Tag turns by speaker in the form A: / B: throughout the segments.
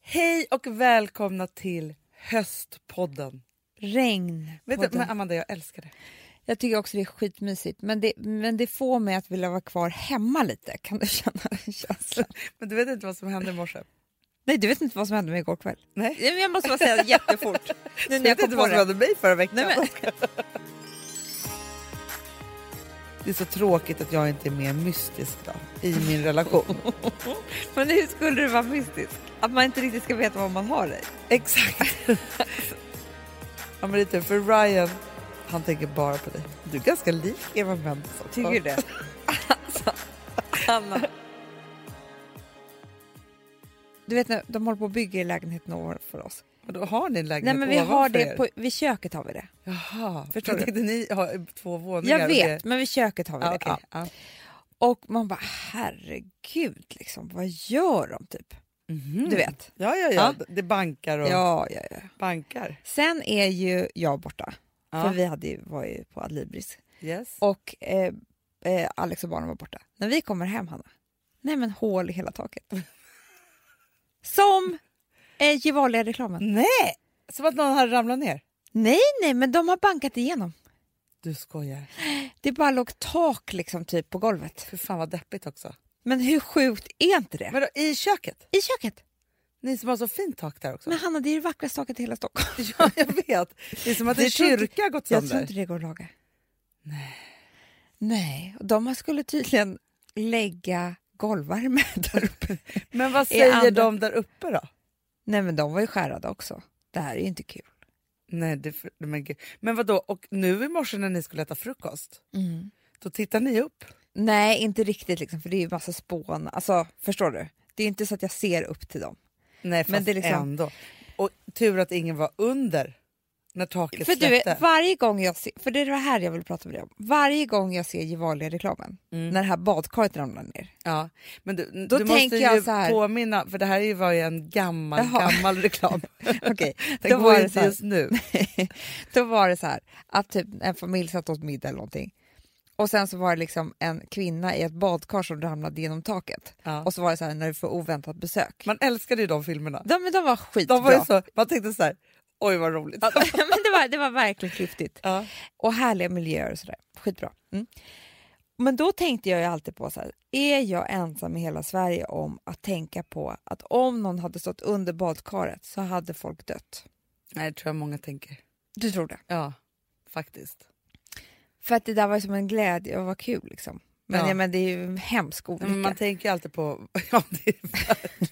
A: Hej och välkomna till Höstpodden.
B: Regn.
A: Vet du, men Amanda, jag älskar det.
B: Jag tycker också det är skitmysigt, men det, men det får mig att vilja vara kvar hemma lite. Kan du känna den känslan?
A: Men du vet inte vad som hände i morse?
B: Nej, du vet inte vad som hände mig igår kväll.
A: Nej.
B: Ja, men Jag måste bara säga jättefort. Nu
A: Du
B: när jag
A: vet
B: kom
A: inte
B: på
A: vad som
B: det.
A: hände mig förra veckan?
B: Nej, men,
A: Det är så tråkigt att jag inte är mer mystisk idag i min relation.
B: men hur skulle det vara mystisk? Att man inte riktigt ska veta vad man har dig.
A: Exakt. ja, men det är tur, för Ryan, han tänker bara på dig. Du är ganska lik Eva Mendes också.
B: Tycker du det? Alltså, Anna. Du vet när de håller på att bygga i lägenheten ovanför oss.
A: Men då har ni en
B: Nej
A: lägenhet
B: men vi har
A: ovanför
B: det
A: er.
B: på, vid köket har vi det.
A: Jaha,
B: Förstår
A: jag
B: du?
A: tänkte ni har två våningar.
B: Jag
A: och
B: vet,
A: det-
B: men vid köket har vi
A: Ja,
B: det.
A: okej.
B: Ja.
A: ja.
B: Och man bara herregud, liksom, vad gör de typ?
A: Mhm.
B: Du vet.
A: Ja, ja, ja. Det bankar och
B: Ja, ja, ja.
A: bankar.
B: Sen är ju jag borta,
A: Ja.
B: för vi hade ju, var ju på Adlibris.
A: Yes.
B: Och eh, eh, Alex och barnen var borta. När vi kommer hem, Hanna, nej men hål i hela taket. Som eh, Gevalia-reklamen.
A: Nej! Som att någon hade ramlat ner.
B: Nej, nej, men de har bankat igenom.
A: Du skojar.
B: Det bara låg tak liksom typ på golvet.
A: För fan vad deppigt också.
B: Men hur sjukt är inte det?
A: Men då, i köket?
B: I köket.
A: Ni som har så fint tak där också.
B: Men Hanna, det är det vackraste taket i hela Stockholm.
A: ja, jag vet. Det är som att en
B: Jag tror inte-
A: kyrka har gått
B: Jag tror
A: sönder.
B: inte det går att laga. Nej. Nej, och de skulle tydligen lägga golvvärme där uppe.
A: Men vad säger
B: andra-
A: de där uppe då?
B: Nej men de var ju skärrade också. Det här är ju inte kul.
A: Nej, det, för- men, gud. men vadå, och nu i morse när ni skulle äta frukost,
B: Mm.
A: då tittar ni upp.
B: Nej, inte riktigt liksom, för det är ju massa spån. Alltså, förstår du? Det är inte så att jag ser upp till dem.
A: Nej, fast
B: Men det är liksom-
A: ändå. Och tur att ingen var under när taket
B: För du
A: släppte.
B: vet, varje gång jag ser, för det är det här jag vill prata med dig om. Varje gång jag ser Gevalia-reklamen, när det här badkaret ramlar ner.
A: Ja, men du,
B: Då
A: du måste
B: tänker jag
A: ju
B: så här-
A: påminna, för det här är ju- var ju en gammal,
B: Jaha.
A: gammal reklam.
B: Okej,
A: Den
B: då
A: går
B: var
A: ju
B: det så
A: inte
B: här.
A: just nu.
B: då var det så här att typ en familj satt åt middag eller någonting. Och sen så var det liksom en kvinna i ett badkar som ramlade genom taket.
A: Ja.
B: Och så var det så här när du får oväntat besök.
A: Man älskade ju de filmerna.
B: De, men de var skitbra.
A: De var ju så, man tänkte så här, oj vad roligt. Ja.
B: men det, var, det var verkligen klyftigt.
A: Ja.
B: Och härliga miljöer och sådär. Skitbra. Mm. Men då tänkte jag ju alltid på så här, är jag ensam i hela Sverige om att tänka på att om någon hade stått under badkaret så hade folk dött?
A: Nej, det tror jag många tänker.
B: Du tror det?
A: Ja, faktiskt.
B: För att det där var ju som en glädje och var kul liksom. Men,
A: Ja.
B: ja. men det är ju en hemsk olycka.
A: Nej, Men man tänker ju alltid på, ja det är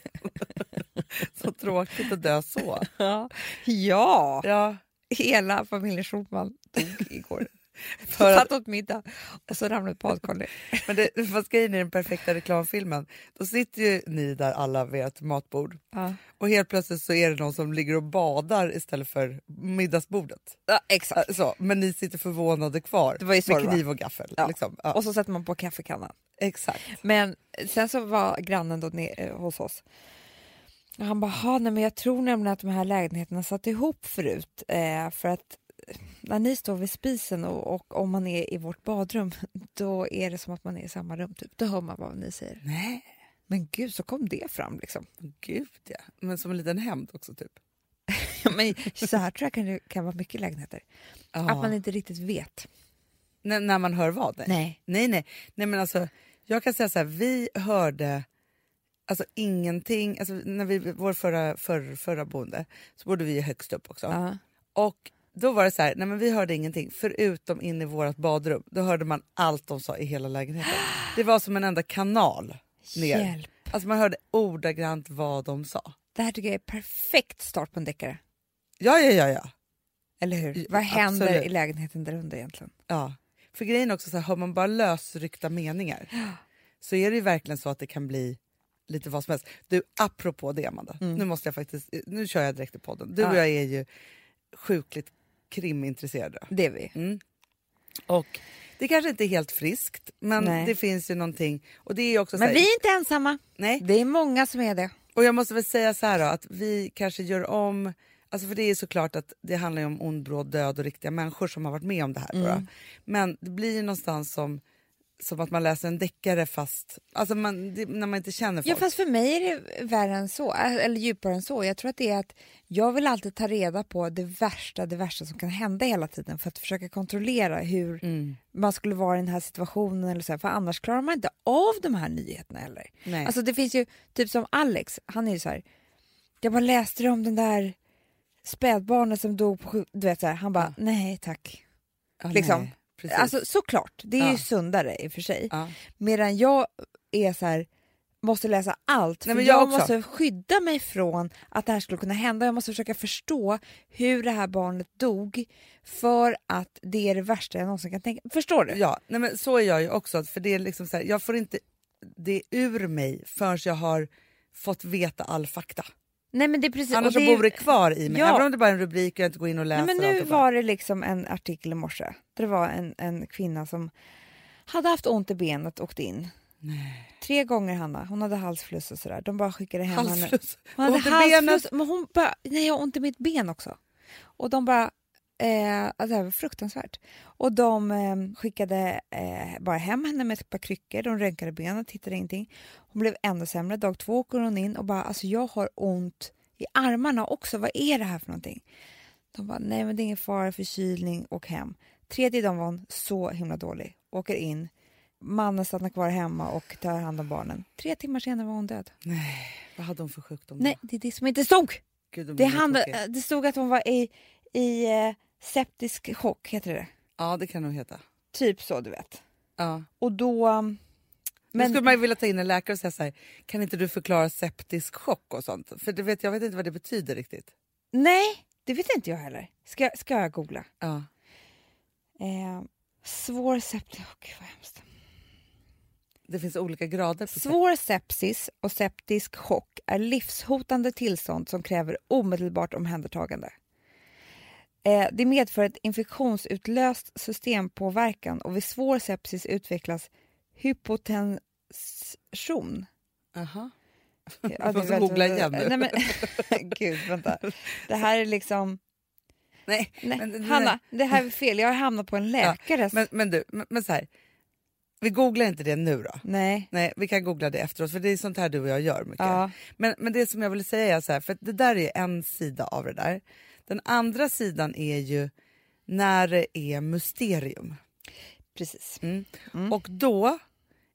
A: verkligen- så tråkigt att dö så.
B: Ja. ja,
A: Ja,
B: hela familjen Schulman dog igår.
A: För att-
B: Satt åt middag och så ramlade ett badkar ner.
A: men det, fast grejen i den perfekta reklamfilmen, då sitter ju ni där alla vid ett matbord
B: Ja.
A: och helt plötsligt så är det någon som ligger och badar istället för middagsbordet.
B: exakt.
A: Äh, Så, men ni sitter förvånade kvar
B: Det var ju så det
A: med
B: var.
A: kniv och gaffel.
B: Ja.
A: Liksom. Ja,
B: Och så sätter man på kaffekannan.
A: exakt.
B: Men sen så var grannen då ne- eh, hos oss. Och han bara, "Ha, nej men jag tror nämligen att de här lägenheterna satt ihop förut. Eh, för att när ni står vid spisen och, och om man är i vårt badrum, då är det som att man är i samma rum. Typ. Då hör man vad ni säger.
A: Nej,
B: Men gud, så kom det fram liksom.
A: gud ja. Men som en liten hämnd också typ.
B: Ja, men så här tror jag kan det kan vara mycket lägenheter.
A: Ja.
B: Att man inte riktigt vet.
A: N- när man hör vad? Nej.
B: Nej.
A: nej, nej. Nej, men alltså, jag kan säga så här, vi hörde alltså ingenting. Alltså, när vi, vår förra, förra, förra boende så bodde vi ju högst upp också.
B: Ja.
A: Och då var det så här, nej men vi hörde ingenting förutom in i vårt badrum. Då hörde man allt de sa i hela lägenheten. Det var som en enda kanal ner.
B: Hjälp.
A: Alltså man hörde ordagrant vad de sa.
B: Det här tycker jag är perfekt start på en deckare.
A: Ja, ja, ja, ja.
B: Eller hur?
A: Ja,
B: Vad händer
A: absolut.
B: i lägenheten där under egentligen?
A: Ja. För grejen är också så här, har man bara lösryckta meningar så är det ju verkligen så att det kan bli lite vad som helst. Du, apropå det Amanda, nu måste jag faktiskt, nu kör jag direkt i podden. Du och
B: Mm. Ja.
A: jag är ju sjukligt krimintresserade.
B: Det är vi.
A: Mm. Och det kanske inte är helt friskt, men
B: Nej.
A: det finns ju någonting. Och det är ju också så
B: Men
A: här,
B: vi är inte ensamma.
A: nej.
B: Det är många som är det.
A: Och jag måste väl säga så här då, att vi kanske gör om, alltså för det är såklart att det handlar ju om
B: Mm.
A: ond, bråd, död och riktiga människor som har varit med om det här. Bara. Men det blir ju någonstans som som att man läser en deckare fast alltså man, det, när man inte känner folk.
B: Ja, fast för mig är det värre än så, eller djupare än så. Jag tror att det är att jag vill alltid ta reda på det värsta, det värsta som kan hända hela tiden för att försöka kontrollera hur man skulle vara i den här situationen eller så här, för annars klarar man inte av de här nyheterna heller.
A: Nej.
B: Alltså det finns ju, typ som Alex, han är ju så här, jag bara läste om den där spädbarnet som dog på sjuk- du vet så här, han bara, nej tack.
A: Ja,
B: liksom.
A: nej, precis.
B: Alltså såklart, det är
A: Ja.
B: ju sundare i och för sig.
A: ja.
B: Medan jag är så här, måste läsa allt.
A: Nej,
B: för
A: men
B: jag
A: jag också.
B: måste skydda mig från att det här skulle kunna hända. Jag måste försöka förstå hur det här barnet dog för att det är det värsta jag någonsin kan tänka. Förstår du?
A: Ja, nej men så är jag ju också. För det är liksom så här, jag får inte det ur mig förrän jag har fått veta all fakta.
B: Nej men det är precis.
A: Annars
B: och
A: så
B: det är-
A: bor det kvar i mig.
B: Ja.
A: Även om det bara är en rubrik och jag inte går in och
B: Nej,
A: läser.
B: men
A: allt
B: nu
A: och bara-
B: var det liksom en artikel i morse där det var en, en kvinna som hade haft ont i benet och åkte in. Tre gånger Hanna, hon hade halsfluss och sådär. De bara skickade hem henne.
A: Halsfluss.
B: Hon hade
A: Ont i
B: halsfluss,
A: benet.
B: men hon bara, nej jag har ont i mitt ben också. Och de bara, eh, alltså det här var fruktansvärt. Och de eh, skickade eh, bara hem henne med ett par kryckor, de röntgade benet, hittade ingenting. Hon blev ännu sämre, dag två åker hon in och bara, alltså jag har ont i armarna också, vad är det här för någonting? De bara, nej men det är ingen fara, förkylning, åk hem. Tredje dagen var hon så himla dålig, åker in, mannen stannar kvar hemma och tar hand om barnen. Tre timmar senare var hon död.
A: Vad hade hon för sjukdom? då?
B: Nej, det är det som inte stod!
A: Gud, då
B: Det,
A: blir jag
B: hand,
A: tråkig.
B: det stod att hon var i, i eh, septisk chock, heter det
A: Ja, det kan nog heta.
B: Typ så, du vet.
A: Ja.
B: Och då...
A: Men...
B: Men,
A: skulle man ju vilja ta in en läkare och säga så här, kan inte du förklara septisk chock och sånt? För det vet, jag vet inte vad det betyder riktigt.
B: Nej, det vet inte jag heller. Ska, ska jag googla?
A: Ja.
B: Eh, svår septisk... Oh, gud, vad hemskt.
A: Det finns olika grader. På septisk-
B: Svår sepsis och septisk chock är livshotande tillstånd som kräver omedelbart omhändertagande. Eh, det medför ett infektionsutlöst systempåverkan och vid svår sepsis utvecklas hypotension.
A: Aha.
B: Ja, det är
A: måste
B: väldigt-
A: googla igen nu.
B: Nej, men, gud, vänta. Det här är liksom...
A: Nej,
B: Nej,
A: Men-
B: Hanna, det här är fel. Jag har hamnat på en läkare.
A: men, men du, men, men så här. Vi googlar inte det nu då.
B: Nej.
A: Nej, vi kan googla det efteråt för det är sånt här du och jag gör mycket.
B: Ja.
A: Men, men det som jag ville säga är så här, för att det där är en sida av det där. Den andra sidan är ju när det är mysterium.
B: Precis.
A: Mm. Och då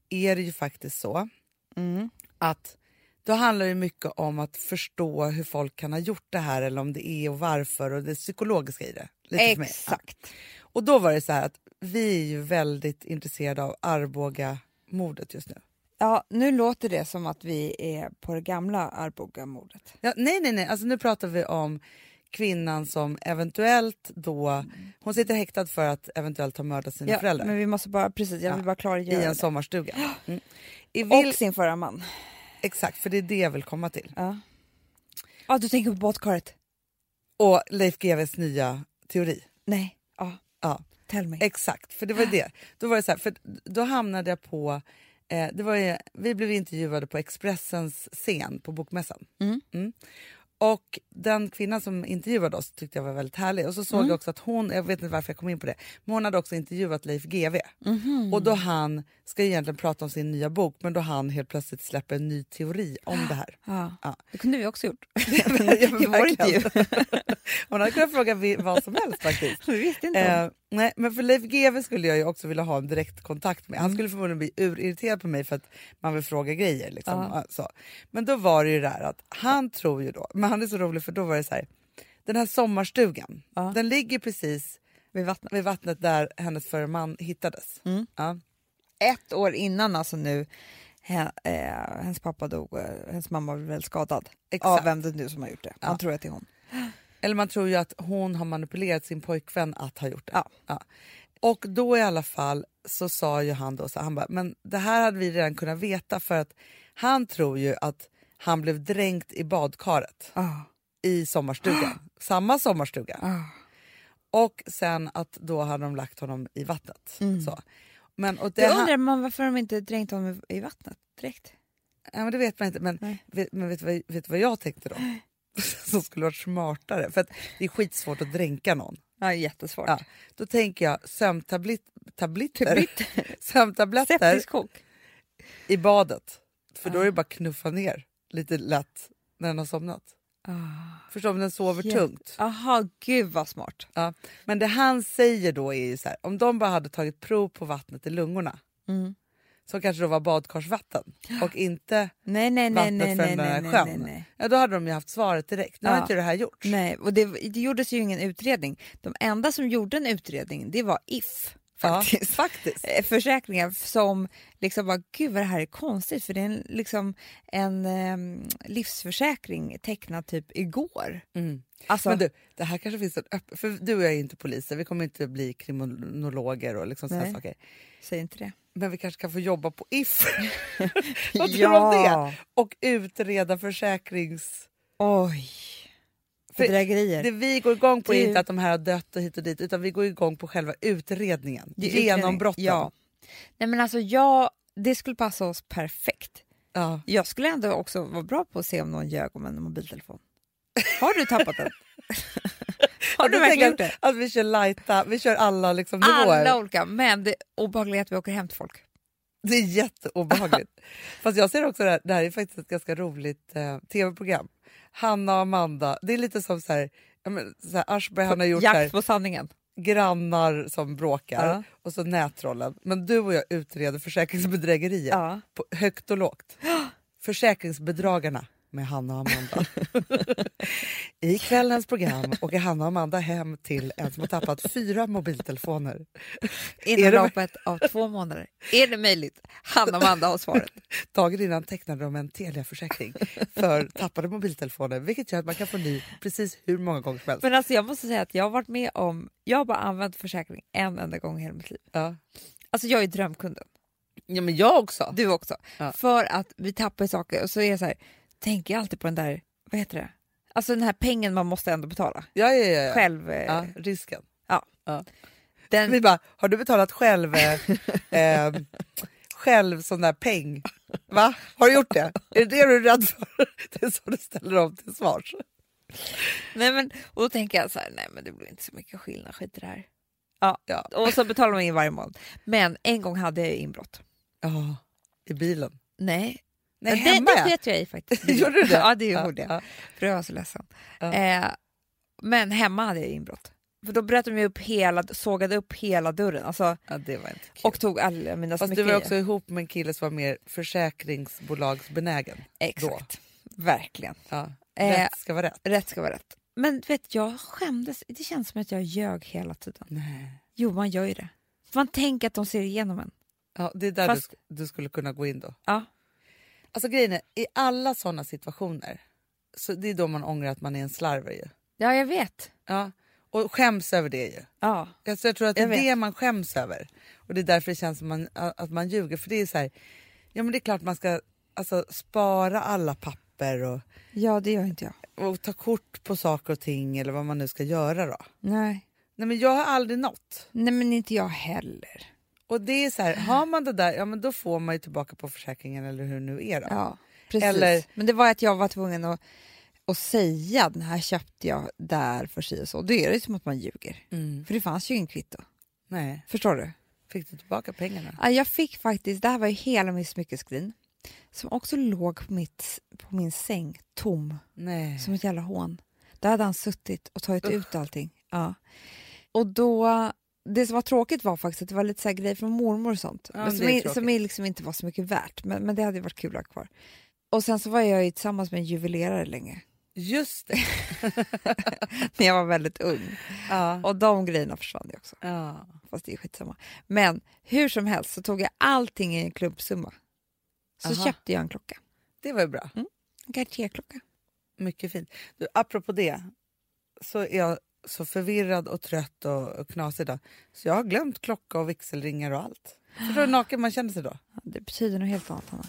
A: är det ju faktiskt så
B: Mm.
A: att då handlar det mycket om att förstå hur folk kan ha gjort det här eller om det är och varför och det psykologiska i det. Lite för mig.
B: Exakt.
A: Ja. Och då var det så här att vi är ju väldigt intresserade av Arboga-mordet just nu.
B: Ja, nu låter det som att vi är på det gamla Arboga-mordet.
A: Ja, nej, nej, nej. Alltså, nu pratar vi om kvinnan som eventuellt då... Hon sitter häktad för att eventuellt ha mördat sina
B: Ja,
A: föräldrar
B: men vi måste bara, precis, jag vill bara
A: i
B: klargöra
A: en
B: det.
A: sommarstuga. Mm. I vil-
B: Och sin förra man.
A: Exakt, för det är det jag vill komma till.
B: Ja. Ja, du tänker på badkaret?
A: Och Leif GWs nya teori.
B: Nej. Ja,
A: Ja,
B: tell me.
A: exakt. För det var det. Då var det så här, för då hamnade jag på... Eh, det var ju, vi blev intervjuade på Expressens scen på Bokmässan. Mm. Och den kvinnan som intervjuade oss tyckte jag var väldigt härlig. Och så såg jag också att hon, jag vet inte varför jag kom in på det, men hon hade också intervjuat Leif GW. Och då han ska ju egentligen prata om sin nya bok, men då han helt plötsligt släpper en ny teori om det här.
B: Ja.
A: Ja.
B: Det kunde vi också gjort.
A: Ja, men
B: I vår
A: verkligen.
B: intervju.
A: Hon hade kunnat fråga vi- vad som helst faktiskt.
B: Vi visste inte om.
A: Eh, nej, men för Leif GW skulle jag ju också vilja ha en direkt kontakt med. Han
B: Mm.
A: skulle förmodligen bli urirriterad på mig för att man vill fråga grejer. Liksom. Ja, Så. Men då var det ju det här att han tror ju då, men han är så rolig för då var det så här, den här sommarstugan, den ligger precis
B: Vid vattnet. Mm.
A: vid vattnet där hennes förre man hittades. Ja.
B: ett år innan alltså nu he, eh, hennes pappa dog och hennes mamma blev väl skadad.
A: Exakt.
B: Av vem det nu som har gjort det. Man tror att det är hon.
A: Eller man tror ju att hon har manipulerat sin pojkvän att ha gjort det.
B: Ja.
A: Och då i alla fall så sa ju han då så här, han bara, men det här hade vi redan kunnat veta för att han tror ju att han blev dränkt i badkaret
B: Ah.
A: i sommarstugan, samma sommarstuga. Och sen att då hade de lagt honom i vattnet. Så. Men, och det,
B: Jag
A: han-
B: Mm. undrar man varför de inte dränkt honom i, i vattnet direkt.
A: Ja, men det vet man inte. Men,
B: Nej.
A: vet, men vet, du vad, vet du vad jag tänkte då? Som skulle varit smartare. För att det är skitsvårt att dränka någon.
B: Ja, jättesvårt.
A: Ja. Då tänker jag sömntabletter
B: Tabletter.
A: sömntabletter
B: Septisk chock.
A: i badet. För då är
B: Ah.
A: det bara att knuffa ner lite lätt när den har somnat.
B: Ah.
A: Förstår om den sover
B: Jätte-
A: tungt.
B: Aha, gud vad smart.
A: Ja. Men det han säger då är ju så här, om de bara hade tagit prov på vattnet i lungorna
B: Mm.
A: som kanske då var badkarsvatten och inte,
B: Nej, nej, nej,
A: Vattnet
B: nej,
A: från
B: nej,
A: den här
B: nej, nej,
A: sjön.
B: nej, nej.
A: ja då hade de ju haft svaret direkt. Nu har
B: Ja.
A: inte det här gjorts.
B: Nej, och det, det gjordes ju ingen utredning. De enda som gjorde en utredning, det var If. Faktiskt.
A: Ja, faktiskt.
B: Eh, Försäkringar som liksom bara, gud vad det här är konstigt för det är en, liksom en ehm, livsförsäkring tecknad typ igår.
A: Mm.
B: Alltså,
A: Men du, det här kanske finns en öppen... För du och jag är inte poliser, vi kommer inte bli kriminologer och liksom såna
B: Nej.
A: saker.
B: säg inte det.
A: Men vi kanske kan få jobba på If. Vad tror du om det? Och utreda försäkrings...
B: Oj.
A: För
B: Bedrägerier.
A: Det vi går igång på är
B: Du-
A: inte att de här har dött och hit och dit utan vi går igång på själva utredningen.
B: Det är utredning.
A: Genombrotten.
B: Ja. Nej men alltså jag, det skulle passa oss perfekt.
A: Ja.
B: Jag skulle ändå också vara bra på att se om någon ljög om en mobiltelefon. Har du tappat den? Har du
A: Jag
B: verkligen
A: tänker
B: gjort det?
A: Att vi kör lighta, vi kör alla liksom nivåer.
B: Alla olika, men det obehagliga är att vi åker hem till folk.
A: Det är jätteobehagligt. Fast jag ser också det här, det här är faktiskt ett ganska roligt eh, tv-program. Hanna och Amanda, det är lite som så här, ja, men, så här Aschberg han har gjort så här,
B: Jakt på sanningen.
A: grannar som bråkar
B: Ja.
A: och så nätrollen. Men du och jag utreder försäkringsbedrägerier
B: Ja.
A: på högt och lågt. Försäkringsbedragarna med Hanna och Amanda. I kvällens program åker Hanna och Amanda hem till en som har tappat fyra mobiltelefoner.
B: Inom
A: Är det-
B: loppet av två månader. Är det möjligt? Hanna och Amanda har svaret.
A: Dagen innan tecknade de en Telia-försäkring för tappade mobiltelefoner vilket gör att man kan få ny precis hur många gånger som helst.
B: Men alltså jag måste säga att jag har varit med om, jag har bara använt försäkring en enda gång i hela mitt liv.
A: Ja.
B: Alltså jag är drömkunden.
A: ja, men jag också.
B: Du också.
A: Ja.
B: För att vi tappar saker och så är jag så här, tänker jag alltid på den där, vad heter det? Alltså den här pengen man måste ändå betala
A: Ja, ja, ja, ja.
B: själv. eh,
A: ja risken. Vi
B: Den,
A: bara, har du betalat själv, eh, eh, själv sån där peng? Va? Har du gjort det? Är det det du är rädd för? Det är så du ställer dem till svars.
B: nej men, och då tänker jag så här, nej men det blir inte så mycket skillnad, skit i det här. Ja.
A: Ja.
B: Och så betalar man in varje månad. Men en gång hade jag ju inbrott.
A: Ja, i bilen.
B: Nej,
A: Nej,
B: det,
A: hemma
B: det
A: ja.
B: sket jag i faktiskt.
A: Gjorde du det?
B: Ja, det gjorde jag.
A: Ja,
B: För jag var så ledsen.
A: Ja.
B: Eh, men hemma hade jag inbrott. För då bröt de ju upp hela, sågade upp hela dörren alltså,
A: ja, det var inte kul.
B: och tog alla mina
A: Fast du
B: smycken
A: var
B: i.
A: också ihop med en kille som var mer försäkringsbolagsbenägen.
B: Exakt, verkligen.
A: Ja.
B: Eh,
A: Rätt ska vara rätt.
B: Rätt ska vara rätt. Men du vet, jag skämdes. Det känns som att jag ljög hela tiden.
A: Nej.
B: Jo, man gör ju det. Man tänker att de ser igenom en.
A: Ja, det är där
B: Fast-
A: du, sk- du skulle kunna gå in då.
B: Ja.
A: Alltså grejen är, i alla sådana situationer, så det är då man ångrar att man är en slarver ju.
B: Ja, jag vet.
A: Ja. Och skäms över det ju.
B: Ja.
A: Alltså jag tror att det
B: Jag
A: är
B: vet.
A: det man skäms över. Och det är därför det känns som man, att man ljuger. För det är så här, ja men det är klart man ska alltså, spara alla papper och,
B: ja, det gör inte jag.
A: och ta kort på saker och ting eller vad man nu ska göra då.
B: Nej.
A: Nej men jag har aldrig nått.
B: Nej, men inte jag heller.
A: Och det är så här, har man det där, ja men då får man ju tillbaka på försäkringen eller hur det nu är då.
B: Ja, precis.
A: Eller-
B: Men det var att jag var tvungen att, att säga den här köpte jag där för sig och så. Då är det ju som att man ljuger.
A: Mm.
B: För det fanns ju ingen kvitto.
A: Nej,
B: Förstår du?
A: fick du tillbaka pengarna?
B: Ja, jag fick faktiskt, det här var ju hela min smyckeskrin som också låg på, mitt, på min säng tom.
A: Nej.
B: Som ett jävla hån. Där hade han suttit och tagit ut allting. Ja. Och då, det som var tråkigt var faktiskt att det var lite så här grejer från mormor och sånt.
A: Ja, men
B: som
A: det är
B: är
A: tråkigt.
B: som är liksom inte var så mycket värt, men, men det hade ju varit kul att ha kvar. Och sen så var jag ju tillsammans med en juvelerare länge,
A: Just det.
B: när jag var väldigt ung.
A: Ja.
B: Och de grejerna försvann ju också,
A: ja.
B: fast det är skitsamma. Men hur som helst så tog jag allting i en klumpsumma. Så
A: Aha.
B: köpte jag en klocka,
A: Det var ju bra.
B: en Cartier-klocka.
A: Mycket fint. Du, apropå det, så är jag så förvirrad och trött och, och knasig idag. Så jag har glömt klocka och vigselringar och allt. Förstår du hur naken man känner sig då?
B: Ja, Det betyder nog helt annat, Hanna.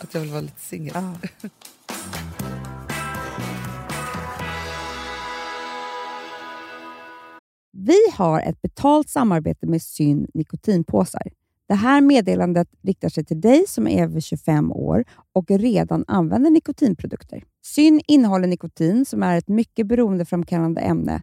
A: Att jag vill vara lite singel.
B: Ja.
C: Vi har ett betalt samarbete med Syn nikotinpåsar. Det här meddelandet riktar sig till dig som är över 25 år och redan använder nikotinprodukter. Syn innehåller nikotin som är ett mycket beroendeframkallande ämne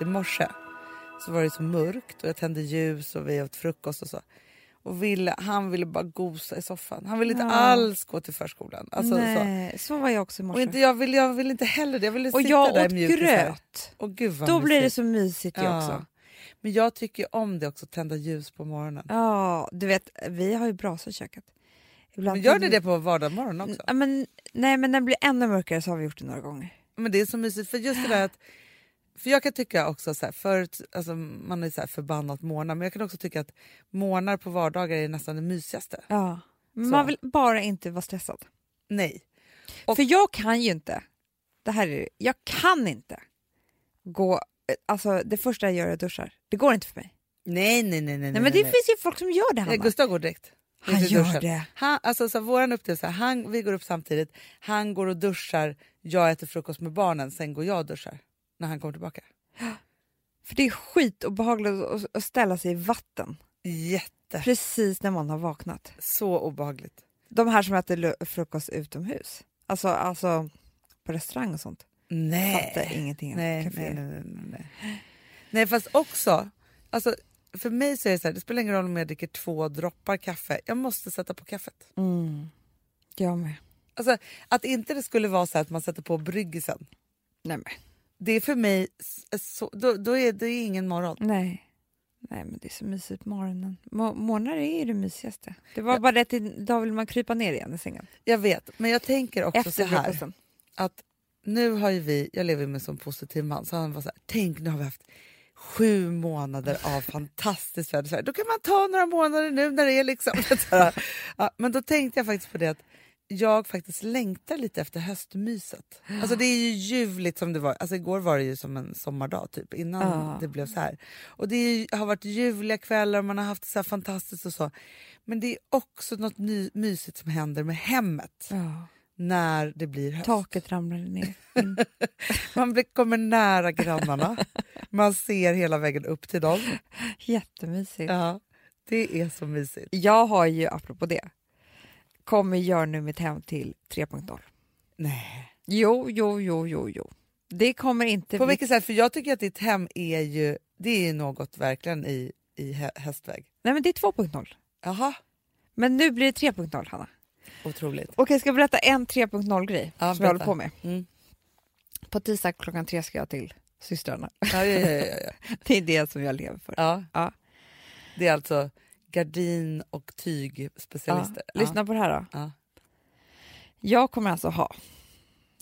A: i morse så var det så mörkt och jag tände ljus och vi åt frukost och så. Och ville, han ville bara gosa i soffan. Han ville inte
D: Ja.
A: alls gå till förskolan. Alltså, så.
D: Nej, så var jag också i
A: Och
D: morse.
A: inte, jag, ville, jag ville inte heller det. Jag ville
D: Och
A: sitta
D: jag
A: där
D: åt
A: mjukis där.
D: gröt.
A: Och gud vad
D: Då blir det
A: mysigt.
D: så mysigt ju
A: Ja.
D: också.
A: Men jag tycker ju om det också, tända ljus på morgonen.
D: Ja, du vet, vi har ju brasa i köket. Ibland
A: Men gör ni det på vardagsmorgonen också?
D: Ja, men, nej, men den blir ännu mörkare så har vi gjort det några gånger.
A: Men det är så mysigt för just det där att För jag kan tycka också så här, förut, alltså man är så här förbannat månar, men jag kan också tycka att månar på vardagar är nästan det mysigaste.
B: Ja. Men
A: Så.
B: man vill bara inte vara stressad.
A: Nej. Och-
B: För jag kan ju inte, det här är, jag kan inte gå, alltså det första jag gör är att duschar. Det går inte för mig.
A: Nej, nej, nej. nej,
B: Nej, men det
A: nej.
B: finns ju folk som gör det
A: Eh,
B: Hanna.
A: Gustav går direkt.
B: Han
A: Ut i
B: gör
A: duschen.
B: det.
A: Han, alltså, så här, våran uppdelning, så här, han, vi går upp samtidigt, han går och duschar, jag äter frukost med barnen, sen går jag och duschar när han kommer tillbaka.
B: För det är skitobehagligt att, att ställa sig i vatten
A: Jätte.
B: precis när man har vaknat.
A: Så obehagligt.
B: De här som äter lu- frukost utomhus, alltså, alltså på restaurang och sånt. Fattar
A: Nej.
B: ingenting.
A: Nej, nej,
B: Café.
A: nej, nej, nej, nej. Nej, fast också, alltså, för mig så är det så här, det spelar ingen roll om jag dricker två droppar kaffe, jag måste sätta på kaffet.
B: Mm. Jag med.
A: Alltså, att inte det skulle vara så här att man sätter på bryggisen,
B: Nej, men.
A: det är för mig, s- så, då, då är det är ingen morgon.
B: Nej. Nej, men det är så mysigt på morgonen. Mo- Morgnar är ju det mysigaste. Det var bara det att idag vill man krypa ner igen i sängen.
A: Jag vet, men jag tänker också
B: Efter
A: så här.
B: frukosten.
A: att nu har ju vi, jag lever ju med en sån positiv man, så han var så här, tänk nu har vi haft sju månader av fantastiskt väder i Sverige. Då kan man ta några månader nu när det är liksom... Så här. Ja, men då tänkte jag faktiskt på det att jag faktiskt längtar lite efter höstmyset. Alltså det är ju ljuvligt som det var. Alltså igår var det ju som en sommardag typ innan
B: Ja.
A: det blev så här. Och det är ju, har varit ljuvliga kvällar och man har haft det så här fantastiskt och så. Men det är också något ny, mysigt som händer med hemmet
B: Ja.
A: när det blir höst.
B: Taket ramlade ner. Mm.
A: Man blir- kommer nära grannarna. Man ser hela vägen upp till dem.
B: Jättemysigt.
A: Ja, det är så mysigt.
B: Jag har ju, apropå det, kommer göra nu mitt hem till 3.0.
A: Nej.
B: Jo, jo, jo, jo, jo. Det kommer inte...
A: På
B: bli-
A: vilket sätt? För jag tycker att ditt hem är ju, det är ju något verkligen i, i hä- hästväg.
B: Nej, men det är 2.0.
A: Jaha,
B: Men nu blir det 3.0, Hanna.
A: otroligt.
B: Okej, jag ska berätta en 3.0-grej
A: Ja,
B: som jag håller
A: berätta.
B: på med.
A: Mm.
B: På tisdag klockan tre ska jag till systrarna.
A: Ja, ja, ja, ja, ja.
B: Det är det som jag lever för.
A: ja.
B: Ja.
A: Det är alltså gardin och tygspecialister.
B: Ja. Lyssna på det här då.
A: Ja.
B: Jag kommer alltså ha,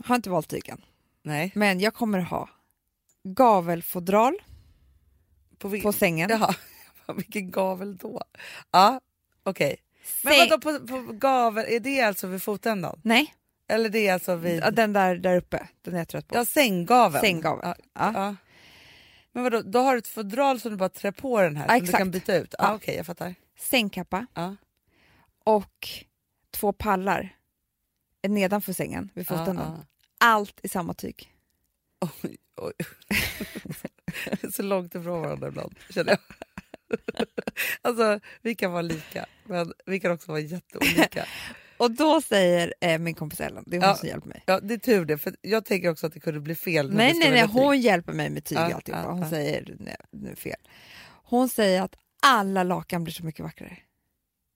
B: har inte valt tyg än,
A: Nej.
B: men jag kommer ha gavelfodral
A: På, vil-
B: på sängen.
A: Jaha. Vilken gavel då? Ja, okej. Men
B: Säng-
A: vadå på, på gavel, är det alltså vid fotändan?
B: Nej,
A: Eller det är alltså vid...
B: ja, den där, där uppe, den är jag trött på.
A: Ja, sänggaveln.
B: Sänggaveln.
A: Ja. Ja. Men vadå, då har du ett fodral som du bara trär på den här
B: Ja,
A: som du kan
B: exakt.
A: byta ut? Ja,
B: Ja.
A: Okej, jag fattar.
B: Sängkappa
A: Ja.
B: och två pallar nedanför sängen vid foten.
A: Ja,
B: Allt i samma tyg.
A: ja. Oj, oj. Vi är så långt ifrån varandra ibland, känner jag. Alltså, vi kan vara lika, men vi kan också vara jätteolika.
B: Och då säger eh, min kompis Ellen, det är hon
A: Ja.
B: som hjälper mig.
A: Ja, det är tur det, för jag tänker också att det kunde bli fel. när
B: Nej,
A: du ska
B: nej, nej,
A: välja tyg.
B: hon hjälper mig med tyg och
A: Ja,
B: alltihopa.
A: ja,
B: Hon
A: ja.
B: säger nej, nu fel. Hon säger att alla lakan blir så mycket vackrare.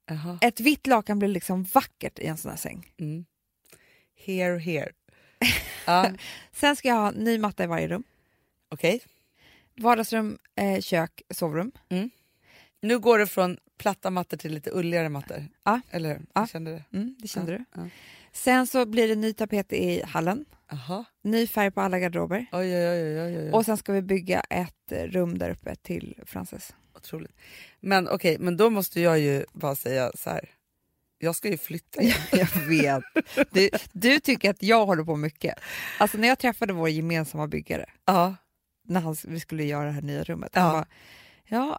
A: Jaha.
B: Ett vitt lakan blir liksom vackert i en sån här säng.
A: Mm. Here, here. Ja,
B: Sen ska jag ha ny matta i varje rum.
A: Okej,
B: Vardagsrum, eh, kök, sovrum.
A: nu går det från platta mattor till lite ulligare mattor.
B: Ja.
A: Eller hur?
B: Ja.
A: Jag kände det.
B: Mm, det kände du.
A: ja.
B: Sen så blir det ny tapet i hallen.
A: Aha.
B: Ny färg på alla garderober.
A: Oj, oj, oj, oj, oj, oj.
B: Och sen ska vi bygga ett eh, rum där uppe till Frances.
A: Otroligt. Men okej, men då måste jag ju bara säga så här. Jag ska ju flytta. igen.
B: Jag vet. Du, du tycker att jag håller på mycket. Alltså när jag träffade vår gemensamma byggare
A: Ja.
B: när han, vi skulle göra det här nya rummet.
A: Ja.
B: Han bara, ja,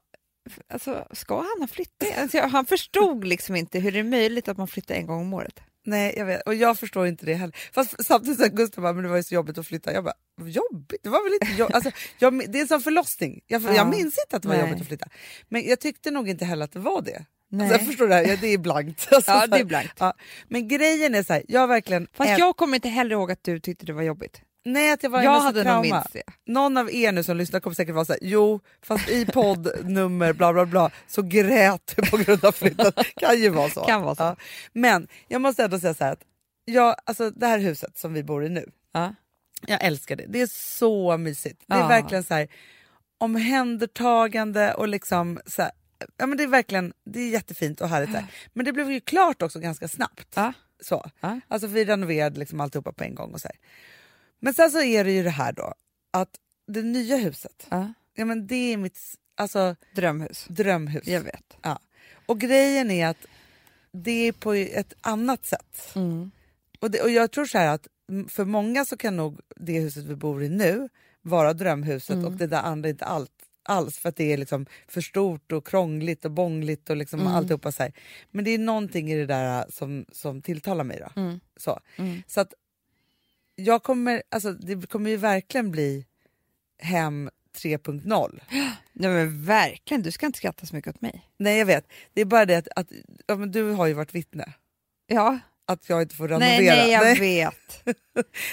B: f- alltså, ska han ha flyttat? Alltså, jag- han förstod liksom inte hur det är möjligt att man flyttar en gång om året.
A: Nej, jag vet. Och jag förstår inte det heller. Fast samtidigt så här, Gustav bara, men det var ju så jobbigt att flytta. Jag bara, jobbigt? Det var väl inte jobbigt? Alltså, jag, min- det är en sån förlossning. Jag,
B: Ja.
A: jag minns inte att det var
B: Nej.
A: jobbigt att flytta. Men jag tyckte nog inte heller att det var det.
B: Nej.
A: Alltså, jag förstår det här, ja, det är blankt. Alltså,
B: ja,
A: så
B: det
A: här.
B: är blankt.
A: Ja. Men grejen är så här, jag verkligen...
B: Fast
A: äl-
B: jag kommer inte heller ihåg att du tyckte det var jobbigt.
A: nej, att jag var i
B: jag
A: massa
B: hade nog
A: trauma.
B: minst det.
A: Någon av er nu som lyssnar kommer säkert vara så här, jo, fast i poddnummer bla bla bla så grät du på grund av flytten. Kan ju vara så.
B: Kan vara så.
A: Ja. Men jag måste ändå säga så här att jag, alltså det här huset som vi bor i nu,
B: Ja.
A: jag älskar det. Det är så mysigt. Det är
B: Ja.
A: verkligen så här omhändertagande och liksom så här, ja men det är verkligen, det är jättefint och härligt där. Men det blev ju klart också ganska snabbt.
B: Ja.
A: Så.
B: Ja.
A: Alltså för vi renoverade liksom alltihopa på en gång och så här. Men sen så är det ju det här då att det nya huset,
B: Ja.
A: ja, men det är mitt s- alltså,
B: Drömhus.
A: drömhus.
B: Jag vet.
A: Ja. Och grejen är att det är på ett annat sätt. Och, det, och jag tror så här att m- för många så kan nog det huset vi bor i nu vara drömhuset
B: Mm.
A: och det där andra inte allt, alls för att det är liksom för stort och krångligt och bångligt och liksom
B: Mm.
A: alltihopa så här. Men det är någonting i det där äh, som, som tilltalar mig då.
B: Mm.
A: Så. så att jag kommer, alltså det kommer ju verkligen bli hem 3.0.
B: Nej men verkligen, du ska inte skratta så mycket åt mig.
A: Nej jag vet, det är bara det att, att ja, men du har ju varit vittne.
B: Ja.
A: Att jag inte får renovera.
B: Nej, nej, jag
A: Nej.
B: vet.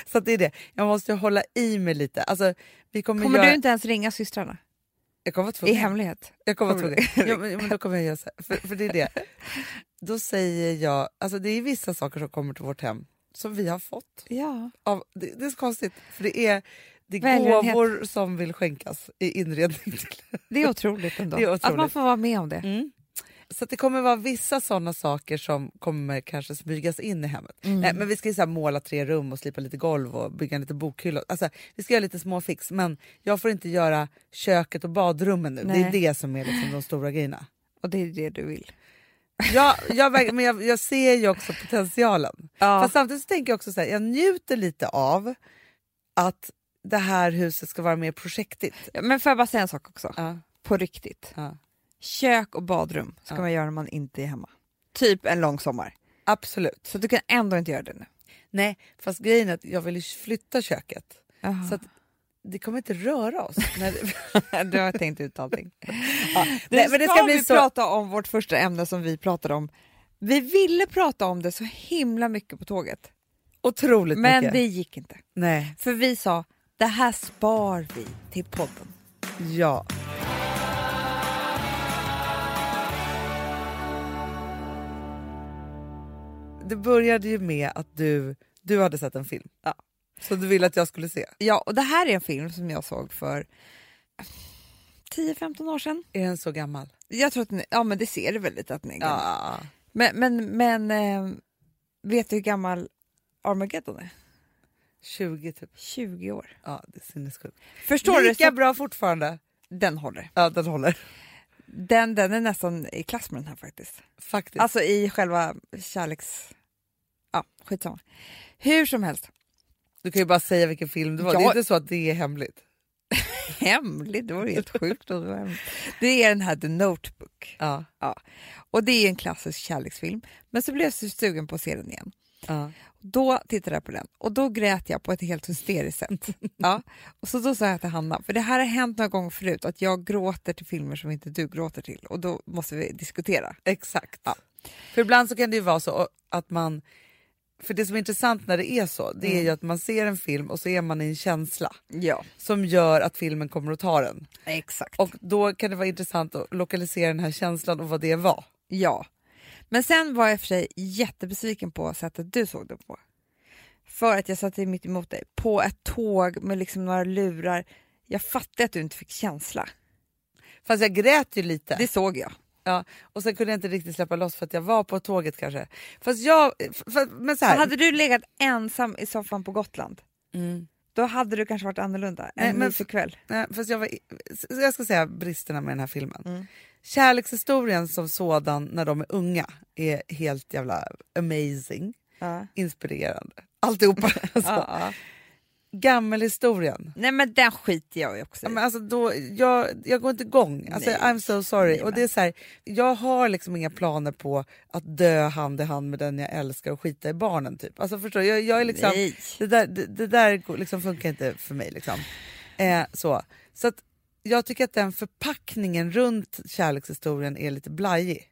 A: Så att det är det. Jag måste ju hålla i mig lite. Alltså, vi kommer
B: Kommer
A: göra...
B: du inte ens ringa systrarna?
A: Jag kommer vara
B: I
A: tvungen.
B: hemlighet?
A: Jag kommer vara
B: kommer
A: tvungen. Ja, men, ja, men då kommer jag göra så här. För, för det är det. Då säger jag... Alltså det är vissa saker som kommer till vårt hem som vi har fått.
B: Ja.
A: Av, det, det är så konstigt. För det är, det är
B: Välgörenhet.
A: gåvor som vill skänkas i inredning. Till.
B: Det är otroligt ändå.
A: Det är
B: Att man
A: otroligt.
B: får vara med om det.
A: Mm. Så att det kommer vara vissa sådana saker som kommer kanske smygas in i hemmet.
B: Mm.
A: Nej, men vi ska ju så här måla tre rum och slipa lite golv och bygga en liten bokhylla. Alltså, vi ska göra lite småfix men jag får inte göra köket och badrummen nu. Det
B: Nej.
A: är det som är liksom de stora grejerna.
B: Och det är det du vill.
A: Jag, jag, verk- men jag, jag ser ju också potentialen.
B: Ja.
A: Fast samtidigt så tänker jag också så här, jag njuter lite av att det här huset ska vara mer projektigt.
B: Men får jag bara säga en sak också?
A: Ja,
B: På riktigt.
A: ja.
B: Kök och badrum ska
A: Ja.
B: man göra när man inte är hemma. Typ en lång sommar.
A: Absolut.
B: Så du kan ändå inte göra det nu.
A: Nej, fast grejen är att jag vill ju flytta köket. Så
B: Så
A: att det kommer inte röra oss. När det,
B: att, du har tänkt ut allting.
A: ja. Nej, men det ska
B: ska
A: bli
B: vi
A: så...
B: prata om vårt första ämne som vi pratade om. Vi ville prata om det så himla mycket på tåget,
A: Otroligt
B: men
A: mycket.
B: det gick inte.
A: Nej,
B: För vi sa, det här spar vi till podden.
A: ja. Det började ju med att du, du hade sett en film.
B: Ja.
A: Som du ville att jag skulle se.
B: Ja, och det här är en film som jag såg för 10-15 år sedan.
A: Är den så gammal?
B: Jag tror att ni, ja men det ser du väl lite att ni är gamla.
A: Ja.
B: Men, men, men eh, vet du hur gammal Armageddon är?
A: 20 typ.
B: 20 år.
A: Ja, det är sinnessjukt.
B: Förstår du?
A: Lika
B: Så,
A: bra fortfarande.
B: den håller.
A: Ja, den håller.
B: Den, den är nästan i klass med den här faktiskt.
A: Faktiskt.
B: Alltså i själva kärleks... Ja, skitsamma. Hur som helst,
A: du kan ju bara säga vilken film det var. Det är
B: Ja.
A: inte så att det är hemligt.
B: hemligt, det var ju helt sjukt. att det var hemligt. Det är den här The Notebook.
A: Ja.
B: Och det är ju en klassisk kärleksfilm. Men så blev jag så sugen på att se den igen.
A: ja.
B: Då tittade jag på den och då grät jag på ett helt hysteriskt sätt. Ja. Och så då sa jag till Hanna, för det här har hänt några gånger förut, att jag gråter till filmer som inte du gråter till och då måste vi diskutera.
A: Exakt. För ibland så kan det ju vara så att man... För det som är intressant när det är så, det
B: Mm.
A: är ju att man ser en film och så är man i en känsla
B: Ja,
A: som gör att filmen kommer att ta den.
B: exakt.
A: Och då kan det vara intressant att lokalisera den här känslan och vad det var.
B: ja. Men sen var jag i och för sig jättebesviken på sättet du såg det på. För att jag satt i mitt emot dig på ett tåg med liksom några lurar. Jag fattade att du inte fick känsla.
A: Fast jag grät ju lite.
B: Det såg jag.
A: Ja, och sen kunde jag inte riktigt släppa loss för att jag var på tåget kanske. Fast jag... f- f- men så här.
B: Hade du legat ensam i soffan på Gotland,
A: Mm.
B: då hade du kanske varit annorlunda.
A: Nej,
B: En
A: men-
B: mysig kväll.
A: Nej, fast jag, var, så jag ska säga bristerna med den här filmen.
B: Mm.
A: Kärlekshistorien som sådan när de är unga är helt jävla amazing.
B: Ja.
A: inspirerande. Alltihopa. Alltså. Gammelhistorien.
B: Nej men den skiter jag ju också
A: Ja,
B: i.
A: men alltså då, jag, jag går inte igång. Alltså,
B: Nej.
A: I'm so sorry.
B: Nej,
A: och
B: men-
A: det är så här, jag har liksom inga planer på att dö hand i hand med den jag älskar och skita i barnen. Typ. Alltså, förstår du? jag, jag är liksom,
B: Nej.
A: det där, det, det där går- liksom funkar inte för mig. Liksom. Eh, så så att jag tycker att den förpackningen runt kärlekshistorien är lite blajig.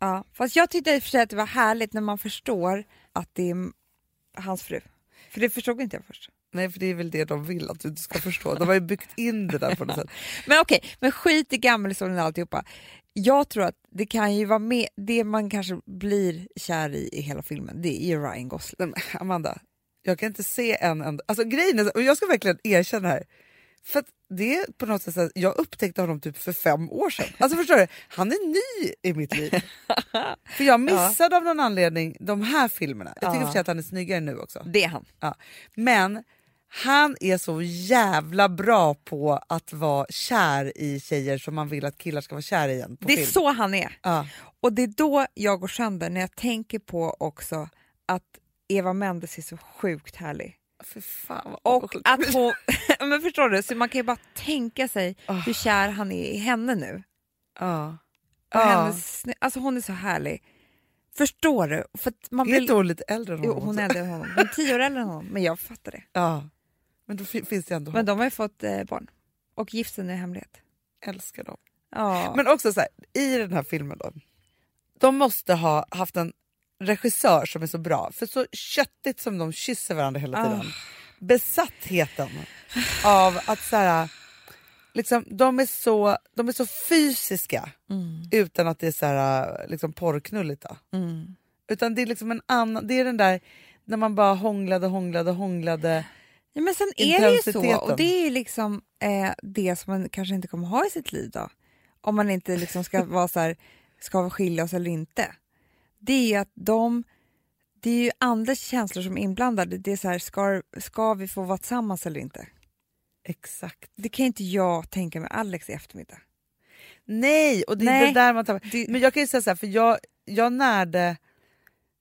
B: Ja. Fast jag tyckte i och för sig att det var härligt när man förstår att det är m- hans fru. För det förstod inte jag först.
A: Nej, för det är väl det de vill att du inte ska förstå. De har ju byggt in det där på något sätt.
B: Men okej, men skit i gammelhistorien och alltihopa. Jag tror att det kan ju vara med, det man kanske blir kär i i hela filmen, det är ju Ryan Gosling.
A: Nej, men Amanda, jag kan inte se en enda... Alltså grejen är, så- och jag ska verkligen erkänna det här. För att det är på något sätt så här, jag upptäckte honom typ för fem år sedan. Alltså förstår du? Han är ny i mitt liv. för jag missade av någon anledning de här filmerna. Jag tycker i och för sig att han är snyggare nu också.
B: Det är han.
A: Ja. Men Han är så jävla bra på att vara kär i tjejer som man vill att killar ska vara kär i en på
B: Det är
A: film.
B: så han är.
A: Ja.
B: Och det är då jag går sönder när jag tänker på också att Eva Mendes är så sjukt härlig.
A: För fan vad
B: Och
A: avundsjuk.
B: att hon... men förstår du? Så man kan ju bara tänka sig
A: Ah.
B: hur kär han är i henne nu.
A: Ja.
B: Och
A: Ja.
B: hennes, sny- alltså hon är så härlig. Förstår du? För att man
A: Är
B: blir,
A: inte hon lite äldre än
B: jo,
A: honom? också?
B: hon är äldre än honom. Hon är tio år äldre än honom. Men jag fattar det.
A: Ja. Men då fi- finns det ändå
B: Men
A: hopp.
B: de har ju fått eh, barn. Och gift sig nu i hemlighet.
A: Älskar dem.
B: Ja.
A: Men också så här, i den här filmen då. De måste ha haft en regissör som är så bra. För så köttigt som de kysser varandra hela tiden.
B: Ah.
A: Besattheten av att så här, liksom, de, är så, de är så fysiska
B: Mm.
A: utan att det är så här, liksom porrknulligt. Då. Utan det är liksom en annan, det är den där när man bara hånglade, hånglade, hånglade.
B: Ja, men sen är det ju så,
A: Intensiteten.
B: och det är ju liksom eh, det som man kanske inte kommer ha i sitt liv då. Om man inte liksom ska vara så här, ska vi skilja oss eller inte. Det är ju att de, det är ju andra känslor som är inblandade. Det är så här, ska, ska vi få vara tillsammans eller inte?
A: Exakt.
B: Det kan ju inte jag tänka med Alex i eftermiddag.
A: Nej, och det är
B: Nej.
A: inte där man tappar.
B: Det-
A: Men jag kan ju säga så här, för jag, jag närde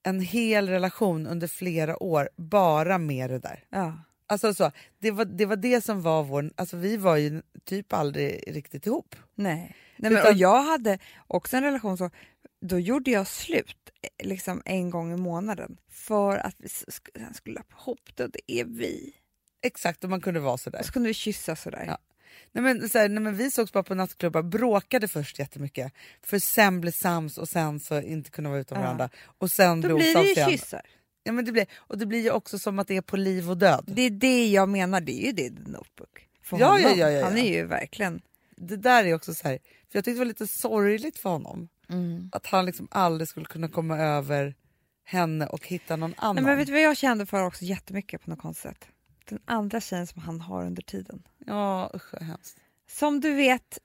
A: en hel relation under flera år bara med det där.
B: Ja.
A: Alltså så, det, var, det var det som var vår... Alltså vi var ju typ aldrig riktigt ihop.
B: Nej. Nej men,
A: Utan-
B: och jag hade också en relation så, då gjorde jag slut eh, liksom en gång i månaden för att vi s- sk- han skulle lappa ihop det och det är vi.
A: Exakt, och man kunde vara sådär.
B: Och så kunde vi kyssa sådär.
A: Ja. Nej, men, så här, nej, men vi sågs bara på nattklubbar, bråkade först jättemycket för sen blev sams och sen så inte kunna vara utan
B: Ja.
A: varandra. Och sen
B: Då
A: blev
B: blir det
A: osams
B: ju
A: igen.
B: kyssar.
A: Ja, men det blir, och det blir ju också som att det är på liv och död.
B: Det är det jag menar, det är ju det i The Notebook. För
A: Ja,
B: honom.
A: ja, ja, ja,
B: Han
A: ja.
B: är ju verkligen...
A: det där är också så här, för jag tyckte det var lite sorgligt för honom. Att han liksom aldrig skulle kunna komma över henne och hitta någon annan.
B: Nej, men vet du vad jag kände för också jättemycket på något konstigt sätt? Den andra tjejen som han har under tiden.
A: Ja, usch vad hemskt.
B: Som du vet,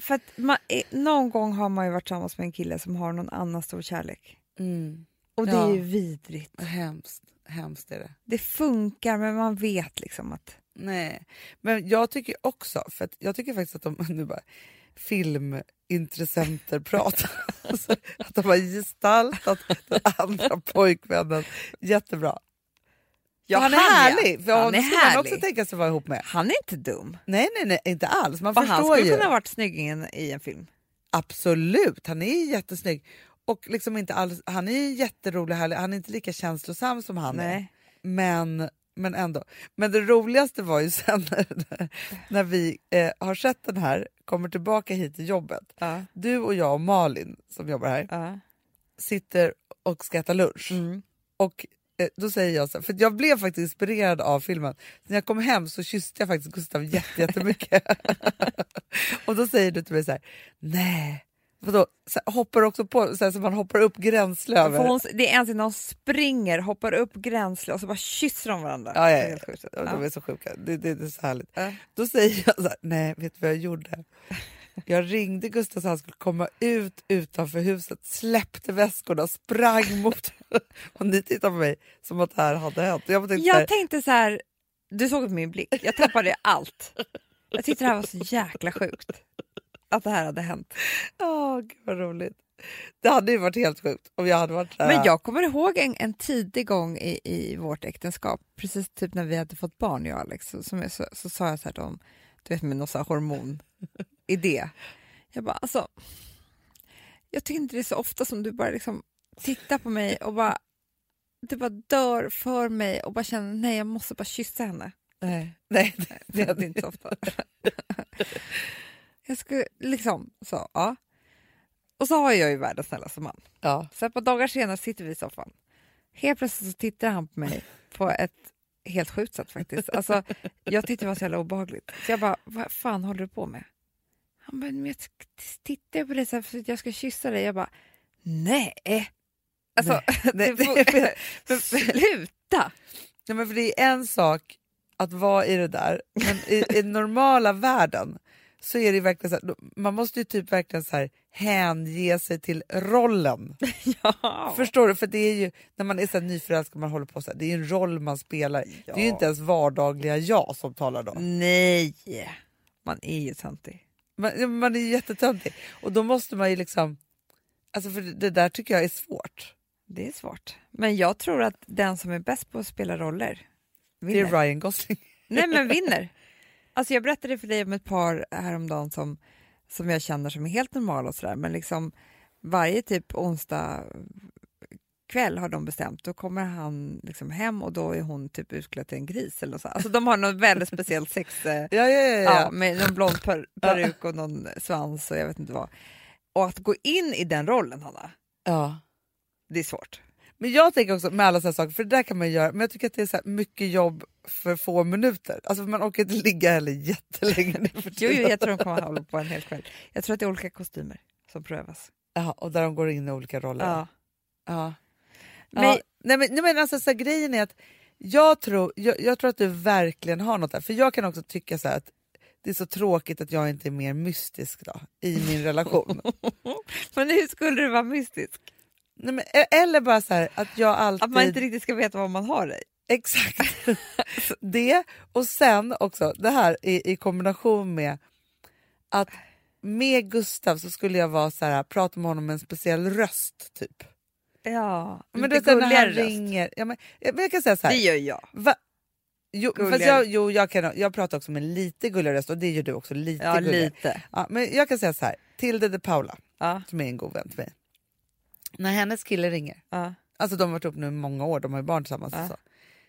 B: för att man, eh, någon gång har man ju varit tillsammans med en kille som har någon annan stor kärlek.
A: Mm.
B: Och det
A: Ja.
B: är ju vidrigt.
A: Hemskt, hemskt är det.
B: Det funkar men man vet liksom att...
A: Nej, men jag tycker också, för att jag tycker faktiskt att de nu bara filmintressenter pratar. alltså, att de har gestaltat den andra pojkvännen jättebra.
B: Ja,
A: han är
B: han, ja.
A: härlig, för
B: Han
A: honom
B: är
A: skulle man
B: härlig.
A: också tänka sig vara ihop med.
B: Han är inte dum.
A: Nej, nej, nej, inte alls. Man
B: För han
A: förstår
B: skulle
A: ju.
B: kunna ha varit snyggingen i en film.
A: Absolut, han är ju jättesnygg. Och liksom inte alls, han är ju jätterolig, härlig. han är inte lika känslosam som han är.
B: Nej.
A: Men, men ändå. Men det roligaste var ju sen när, när vi eh, har sett den här, kommer tillbaka hit till jobbet.
B: Ja.
A: Du och jag och Malin som jobbar här
B: Ja.
A: sitter och ska äta lunch.
B: Mm.
A: Och eh, då säger jag så här, för att jag blev faktiskt inspirerad av filmen. Så när jag kom hem så kysste jag faktiskt Gustav jätte- jättemycket. och då säger du till mig så här, nej. Vadå? Så här, hoppar också på, så här, så man hoppar upp
B: För
A: gränslöver.
B: hon, det är en scen när de springer, hoppar upp gränslöst och så bara kysser de varandra.
A: Ja, ja,
B: Det är
A: ja.
B: helt sjukt.
A: Ja, De
B: Ja.
A: är så sjuka, det, det, det är så härligt.
B: Ja.
A: Då säger jag så här, nej vet du vad jag gjorde? Jag ringde Gustav så han skulle komma ut utanför huset, släppte väskorna, sprang mot... och ni tittar på mig som att det här hade hänt. Och Jag bara tänkte så här,
B: Jag tänkte så här, du såg min blick, jag tappade allt. Jag tyckte det här var så jäkla sjukt. Att det här hade hänt.
A: Åh, gud vad roligt. Det hade ju varit helt sjukt om jag hade varit där.
B: Men jag kommer ihåg en, en tidig gång i, i vårt äktenskap, precis typ när vi hade fått barn, jag och Alex, så, som jag, så, så sa jag så här till honom, du vet med någon sån här hormonidé. Jag bara, alltså, jag tycker inte det är så ofta som du bara liksom tittar på mig och bara, du bara dör för mig och bara känner, nej jag måste bara kyssa henne.
A: Nej, nej, det,
B: Det
A: det,
B: händer inte så ofta. jag skulle liksom, så, ja. Och så har jag ju världens snällaste man.
A: ja.
B: Så ett par dagar senare sitter vi i soffan. Helt plötsligt så tittar han på mig på ett helt sjukt sätt faktiskt. Alltså, jag tyckte det var så jävla obehagligt. Så jag bara, vad fan håller du på med? Han bara, men jag tittar på dig så här för att jag ska kyssa dig. Jag bara, nej! Alltså,
A: nej,
B: det
A: nej, men-
B: får, sluta!
A: Nej, men för det är en sak att vara i det där, men i, i normala världen så är det ju verkligen så här, då- man måste ju typ verkligen så här hänge sig till rollen.
B: Ja.
A: Förstår du? För det är ju, när man är så här nyförälskad man håller på så här, det är ju en roll man spelar. Det är ju inte ens vardagliga jag som talar då.
B: Nej! Man är ju töntig.
A: Man, ja, man är ju jättetöntig. Och då måste man ju liksom, alltså för det- det där tycker jag är svårt.
B: Det är svårt. Men jag tror att den som är bäst på att spela roller
A: Det är
B: vinner.
A: Ryan Gosling.
B: Nej men vinner. Alltså jag berättade för dig om ett par häromdagen som, som jag känner som är helt normala och sådär men liksom varje typ onsdag kväll har de bestämt, då kommer han liksom hem och då är hon typ utklädd till en gris eller något så. Alltså de har något väldigt speciellt sex... Eh,
A: Ja, ja, ja. ja.
B: Ja, med någon blond per- peruk och någon svans och jag vet inte vad. Och att gå in i den rollen, Hanna,
A: ja.
B: det är svårt.
A: Men jag tänker också med alla sådana saker, för det där kan man göra, men jag tycker att det är så här mycket jobb för få minuter. Alltså man orkar inte ligga heller jättelänge. nu för
B: Jo,
A: tiden.
B: jo, jag tror de kommer hålla på en hel kväll. Jag tror att det är olika kostymer som prövas.
A: Ja, och där de går in i olika roller.
B: Ja.
A: Ja.
B: Men-
A: ja. Nej, men, nej, men alltså, så här, grejen är att jag tror, jag, jag tror att du verkligen har något där. För jag kan också tycka så här att det är så tråkigt att jag inte är mer mystisk då, i min relation.
B: Men hur skulle det vara mystiskt?
A: nej, men, e- eller bara så här att jag alltid...
B: Att man inte riktigt ska veta vad man har i?
A: Exakt. det och sen också det här i, i kombination med att med Gustav så skulle jag vara så här, prata med honom med en speciell röst typ.
B: Ja,
A: Men
B: men
A: du
B: det
A: vet, när han
B: gulligare röst.
A: ringer. Ja, men, jag, men jag kan säga så här.
B: Det gör jag.
A: Va? Jo, fast
B: Gulligare.
A: jag, jo, jag, kan, jag pratar också med lite gulligare röst och det gör du också. Lite
B: Ja,
A: gulligare.
B: lite.
A: Ja, men jag kan säga så här, Tilde de Paula,
B: Ja,
A: som är en god vän till mig. När hennes kille ringer,
B: ja.
A: alltså de har varit ihop nu i många år, de har ju barn tillsammans.
B: Ja.
A: Och så.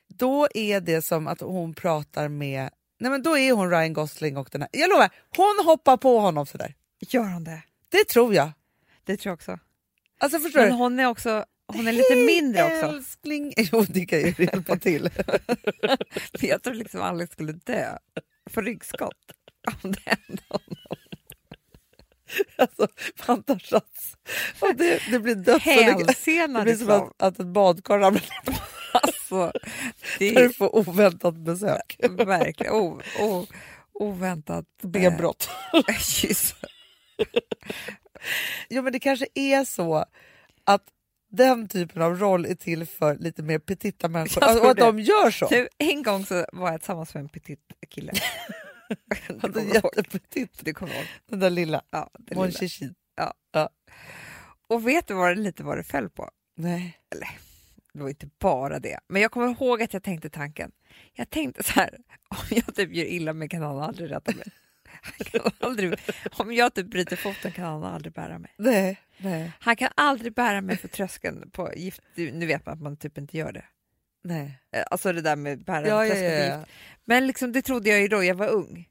A: Då är det som att hon pratar med, nej men då är hon Ryan Gosling och den här, jag lovar, hon hoppar på honom sådär.
B: Gör hon det?
A: Det tror jag.
B: Det tror jag också.
A: Alltså förstår
B: Men
A: du?
B: hon är också... Hon är lite mindre också.
A: Älskling, jo det kan ju hjälpa till.
B: Jag tror liksom Alex skulle dö. Få ryggskott. Om det hände honom.
A: Alltså, man tar sats. Och det, det blir döds...
B: Hälsenan
A: Det blir som att,
B: liksom.
A: att ett badkar ramlar
B: Alltså, det
A: när du
B: är
A: får oväntat besök.
B: verkligen o, o, oväntat. eh,
A: B-brott.
B: kyss.
A: Jo men det kanske är så att den typen av roll är till för lite mer petita människor.
B: Jag
A: Alltså,
B: tror
A: och att
B: det.
A: de gör så.
B: Du, en gång så var jag tillsammans med en petit kille. Du
A: Alltså,
B: kommer ihåg.
A: jättepetit,
B: Du kommer ihåg.
A: den där lilla.
B: Ja, det
A: Mon
B: lilla.
A: chichi.
B: Och vet du vad, det- lite vad det föll på?
A: Nej.
B: Det var inte bara det. Men jag kommer ihåg att jag tänkte tanken. Jag tänkte så här, om jag typ gör illa mig kan han aldrig rätta mig. Han kan aldrig, om jag typ bryter foten kan han aldrig bära mig.
A: Nej. Nej.
B: Han kan aldrig bära mig för tröskeln på gift. Du, nu vet man att man typ inte gör det.
A: Nej.
B: Eh, Alltså det där med bära
A: Ja, ja,
B: tröskeln
A: ja,
B: till
A: ja.
B: gift. Men liksom, det trodde jag ju då, jag var ung.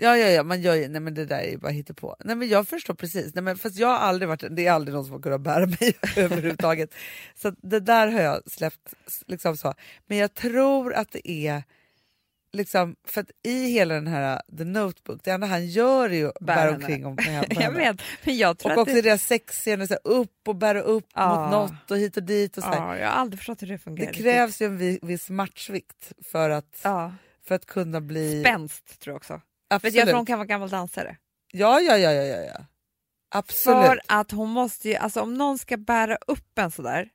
A: Ja, ja, ja, man gör ju, nej men det där är ju bara hittepå. Nej men jag förstår precis, nej men fast jag har aldrig varit, det är aldrig någon som har kunnat bära mig överhuvudtaget. Så att det där har jag släppt s- liksom så. Men jag tror att det är liksom, för att i hela den här uh, The Notebook, det enda han gör är ju att
B: Bär
A: bära
B: henne.
A: omkring om på henne.
B: Jag vet, men jag tror
A: Och
B: att
A: också deras sexscener, så här, upp och bära upp
B: Ah.
A: mot något och hit och dit och så här.
B: ja, jag har aldrig förstått hur det
A: Det
B: fungerar. riktigt.
A: krävs ju en vi- viss matchvikt för att,
B: ja.
A: för att kunna bli...
B: spänst tror jag också. För
A: Absolut.
B: att jag tror hon kan vara gammal dansare.
A: Ja, ja, ja, ja, ja, ja. Absolut.
B: För att hon måste ju, alltså om någon ska bära upp en sådär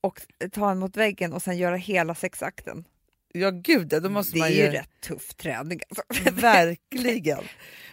B: och ta en mot väggen och sen göra hela sexakten.
A: Ja gud ja, då måste
B: Mm, det
A: man
B: är
A: ju...
B: ju rätt tuff träning. Alltså.
A: Verkligen.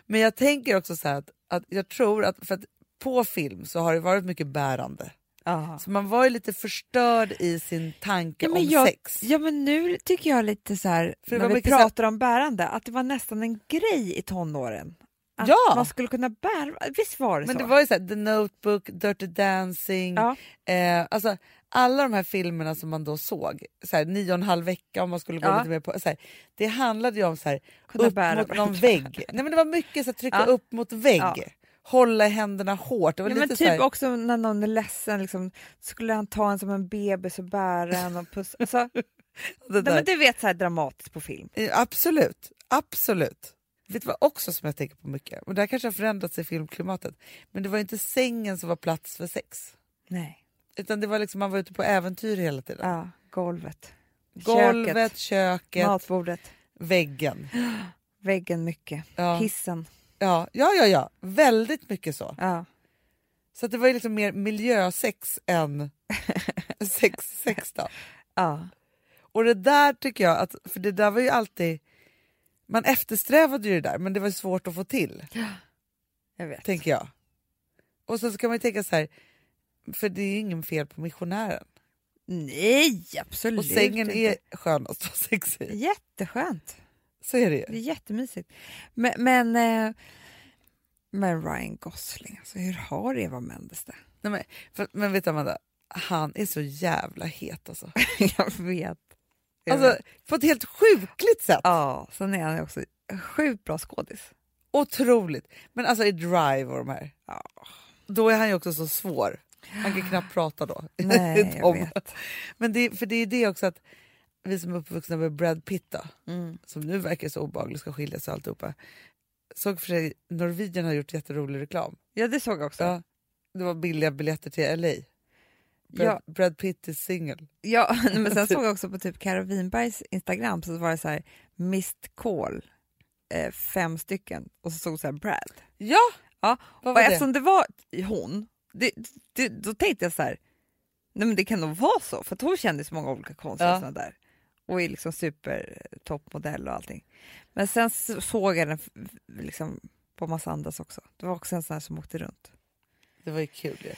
A: Men jag tänker också så här att, att jag tror att, för att på film så har det varit mycket bärande.
B: Ja.
A: Så man var ju lite förstörd i sin tanke
B: Ja, men
A: om
B: jag-
A: sex.
B: ja men nu tycker jag lite så här,
A: För det
B: när
A: var
B: vi
A: mycket så här-
B: pratar om bärande, att det var nästan en grej i tonåren. Att
A: Ja.
B: man skulle kunna bära, visst var det
A: Men
B: så?
A: det var ju så här, The Notebook, Dirty Dancing,
B: Ja.
A: eh, alltså alla de här filmerna som man då såg, så här, nio och en halv vecka om man skulle gå
B: Ja.
A: lite mer på, så här, det handlade ju om så här,
B: Kunna
A: upp
B: bära
A: mot någon
B: varandra.
A: vägg. Nej men det var mycket så här, trycka
B: Ja.
A: upp mot vägg,
B: Ja.
A: hålla i händerna hårt. Det var
B: Ja,
A: lite
B: men typ
A: så här,
B: också när någon är ledsen, liksom, skulle han ta en som en bebis och bära en och pussa. Alltså,
A: det
B: nej,
A: där.
B: men du vet så här dramatiskt på film.
A: Eh, Absolut, absolut. Vet du vad också som jag tänker på mycket? Och det här kanske har förändrats i filmklimatet. Men det var ju inte sängen som var plats för sex.
B: Nej.
A: Utan det var liksom man var ute på äventyr hela tiden.
B: Ja, golvet.
A: Golvet, köket,
B: Matbordet.
A: väggen.
B: väggen mycket,
A: Ja.
B: hissen.
A: Ja, ja, ja, ja. Väldigt mycket så.
B: Ja.
A: Så att det var ju liksom mer miljösex än sex, sex då.
B: Ja.
A: Och det där tycker jag, att, för det där var ju alltid... Man eftersträvade ju det där, men det var ju svårt att få till,
B: Jag vet.
A: tänker jag. Och sen så kan man ju tänka så här, för det är ju ingen fel på missionären.
B: Nej, absolut
A: Och sängen
B: inte.
A: är skön att stå sex i.
B: Jätteskönt.
A: Så är det ju.
B: Det är jättemysigt. Men, men, eh, men Ryan Gosling, alltså, hur har Eva Mendes det?
A: Nej, men, för, men vet du Amanda, han är så jävla het alltså.
B: Jag vet. Jag
A: alltså
B: vet.
A: på ett helt sjukligt sätt.
B: Ja, sen är han ju också sjukt bra skådis.
A: Otroligt. Men alltså i Drive och de här,
B: Ja.
A: då är han ju också så svår. Han kan knappt prata då.
B: Nej, jag
A: Tom.
B: vet.
A: Men det, för det är det också att vi som är uppvuxna med Brad Pitt då, som nu verkar så obehaglig ska skilja sig och alltihopa. Såg för sig, Norwegian har gjort jätterolig reklam.
B: Ja, det såg jag också.
A: Ja. Det var billiga biljetter till LA. Brad,
B: Ja.
A: Brad Pitt is single.
B: Ja, nej, men sen såg jag också på typ Karo Winbergs Instagram så var det så här missed call, eh, fem stycken och så stod så här Brad.
A: Ja!
B: Ja,
A: Vad
B: och
A: var det?
B: eftersom det var hon, det, det, då tänkte jag så här, nej men det kan nog vara så för att hon kände så många olika konstiga
A: Ja.
B: såna där och är liksom supertoppmodell och allting. Men sen så- såg jag den f- f- liksom på massa andras också. Det var också en sån här som åkte runt.
A: Det var ju kul ju.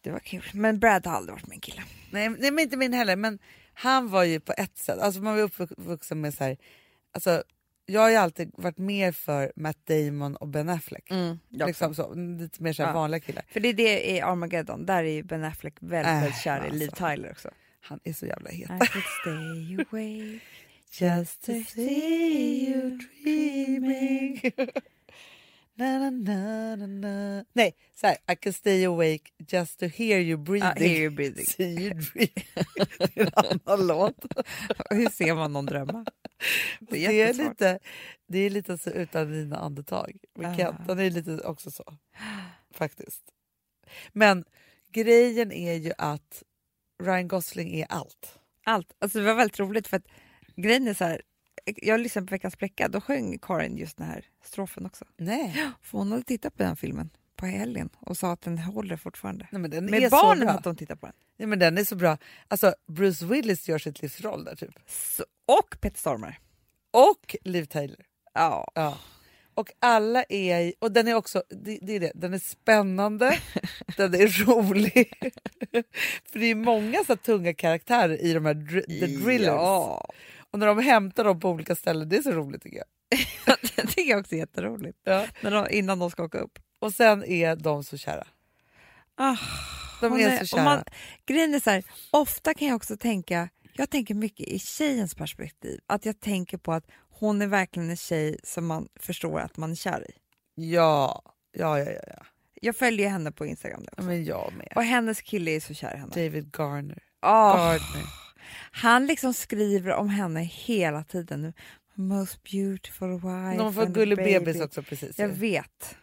B: Det var kul. Men Brad har aldrig varit min kille.
A: Nej, nej men inte min heller. Men han var ju på ett sätt, alltså man var ju uppvuxen med så här, alltså jag har ju alltid varit mer för Matt Damon och Ben Affleck.
B: Mm, jag också.
A: liksom så, lite mer så här
B: Ja.
A: vanliga killar.
B: För det är det i Armageddon, där är ju Ben Affleck väldigt,
A: Äh,
B: väldigt kär i Liv
A: alltså.
B: Tyler också.
A: Han är så jävla het.
B: I could stay away
A: Just to see you dreaming na, na, na, na, na. Nej, så här, I can stay awake just to hear you breathing.
B: hear you breathing.
A: See you dreaming. det är en annan låt.
B: Hur ser man någon drömma?
A: Det
B: är
A: är,
B: jättesvårt.
A: lite, det är lite så utan dina andetag.
B: Ah.
A: Men Kent, han är lite också så. Faktiskt. Men grejen är ju att Ryan Gosling är allt.
B: Allt. Alltså det var väldigt roligt för att grejen är så här, jag lyssnade på Veckans Bräcka, då sjöng Karin just den här strofen också.
A: Nej,
B: För hon hade tittat på den filmen på helgen och sa att den håller fortfarande.
A: Nej men den är
B: Med
A: så
B: barnen
A: bra.
B: hade hon tittat på den.
A: Nej, men den är så bra. Alltså, Bruce Willis gör sitt livs roll där typ.
B: Så, och Peter Stormare.
A: Och Liv Tyler.
B: Ja.
A: Ja. Och alla är... i- Och den är också... Det, det är det. Den är spännande, den är rolig. För det är många så här tunga karaktärer i de här dr- the drillers.
B: Ja.
A: Och när de hämtar dem på olika ställen, det är så roligt tycker jag.
B: Det tycker jag också är jätteroligt.
A: Ja.
B: När de, innan de ska åka upp.
A: Och sen är de så kära.
B: Ah,
A: De
B: hon
A: är så
B: och
A: kära.
B: Man, grejen är så här, ofta kan jag också tänka, jag tänker mycket i tjejens perspektiv, att jag tänker på att hon är verkligen en tjej som man förstår att man är kär i.
A: Ja, ja, ja, ja. ja.
B: Jag följer henne på Instagram nu.
A: Ja, Men jag med.
B: Och hennes kille är så kär i henne.
A: David Garner.
B: Ah,
A: Gardner.
B: han liksom skriver om henne hela tiden. nu. Most beautiful wife.
A: De får
B: and
A: gullig
B: baby.
A: bebis också precis.
B: Jag
A: ju.
B: vet.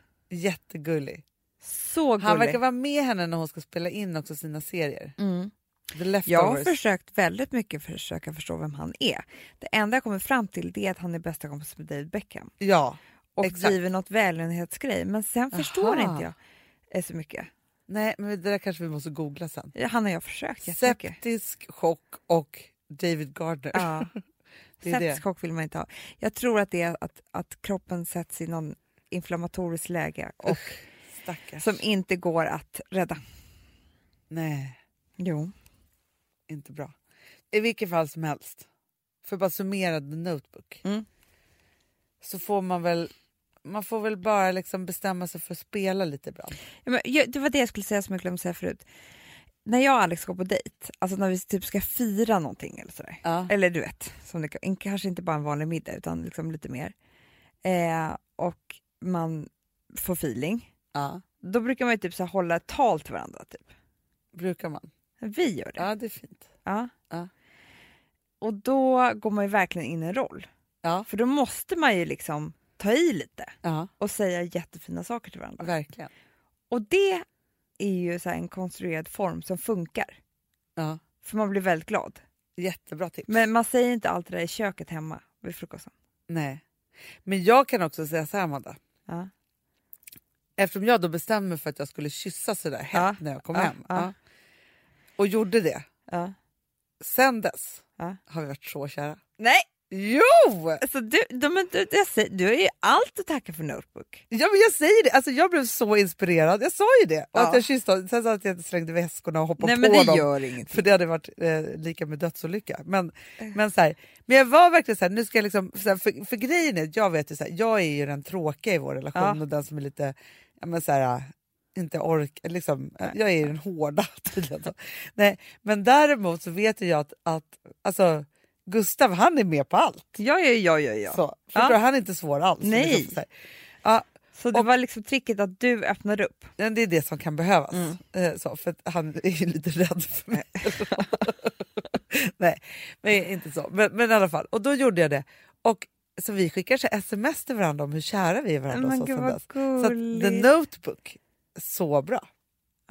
A: Jättegullig.
B: Så gullig.
A: Han verkar vara med henne när hon ska spela in också sina serier.
B: mm.
A: The
B: Jag har
A: Leftovers.
B: försökt väldigt mycket för att försöka förstå vem han är. Det enda jag kommer fram till det är att han är bästa kompis med David Beckham
A: Ja.
B: och
A: Exakt.
B: driver något välgörenhetsgrej. Men sen förstår
A: Aha.
B: inte jag eh, så mycket.
A: Nej, men det där kanske vi måste googla sen.
B: Ja, Han och jag har försökt jättemycket.
A: Septisk chock och David Gardner.
B: Ja.
A: Det är det.
B: Septisk chock vill man inte ha. Jag tror att det är att, att kroppen sätts i någon inflammatorisk läge och,
A: Stackars.
B: som inte går att rädda.
A: Nej,
B: Jo.
A: inte bra. I vilket fall som helst, för att bara summera The Notebook,
B: Mm.
A: så får man väl man får väl bara liksom bestämma sig för att spela lite ibland.
B: Ja, men, jag- det var det jag skulle säga som jag glömde säga förut. När jag och Alex går på dejt, alltså när vi typ ska fira någonting eller sådär.
A: Ja.
B: Eller du vet, som det, kan- kanske inte bara en vanlig middag utan liksom lite mer. Eh, och man får feeling.
A: ja.
B: Då brukar man ju typ så här hålla ett tal till varandra. Typ.
A: Brukar man.
B: Vi gör det.
A: Ja, det är fint.
B: Ja.
A: Ja.
B: Och då går man ju verkligen in i en roll.
A: Ja.
B: För då måste man ju liksom ta i lite
A: Ja,
B: och säga jättefina saker till varandra.
A: verkligen.
B: Och det är ju så här en konstruerad form som funkar.
A: Ja.
B: För man blir väldigt glad.
A: Jättebra tips.
B: Men man säger inte allt det där i köket hemma vid frukosten.
A: Nej. Men jag kan också säga så här, Amanda.
B: Ja.
A: Eftersom jag då bestämde mig för att jag skulle kyssa sådär hett när jag kom
B: ja,
A: hem.
B: ja.
A: Ja. Och gjorde det.
B: Ja.
A: Sen dess
B: Ja.
A: har vi varit så kära.
B: Nej,
A: Jo!
B: alltså du, du, men du, jag säger, du har ju allt att tacka för Notebook.
A: Ja, men jag säger det. Alltså, jag blev så inspirerad. Jag sa ju det. Och
B: Ja.
A: att jag kysste honom. Sen sa jag att jag inte slängde väskorna och hoppade
B: Nej
A: på
B: men det
A: dem.
B: gör ingenting.
A: För det hade varit eh, lika med dödsolycka. Men,
B: Eh.
A: men, så här, men jag var verkligen så här, nu ska jag liksom, så här, för, för grejen är att jag vet ju så här, jag är ju den tråkiga i vår relation
B: Ja.
A: och den som är lite, ja men så här, inte ork, liksom, eh, jag är ju den hårda tydligen. Så. Nej, men däremot så vet ju jag att, att alltså, Gustav han är med på allt.
B: Ja, ja, ja, ja. ja. Så,
A: Så, förstår du? Han är inte svår alls.
B: Nej.
A: Liksom, så här. Ja,
B: det var liksom tricket att du öppnar upp.
A: men det är det som kan behövas.
B: Mm.
A: Eh, Så, för att han är ju lite rädd för mig. Nej, men inte så. Men, men i alla fall, och då gjorde jag det. Och så vi skickar så här sms till varandra om hur kära vi är varandra. och
B: Men
A: så,
B: gud
A: sen
B: vad
A: dess. så att The
B: gulligt.
A: Notebook, så bra.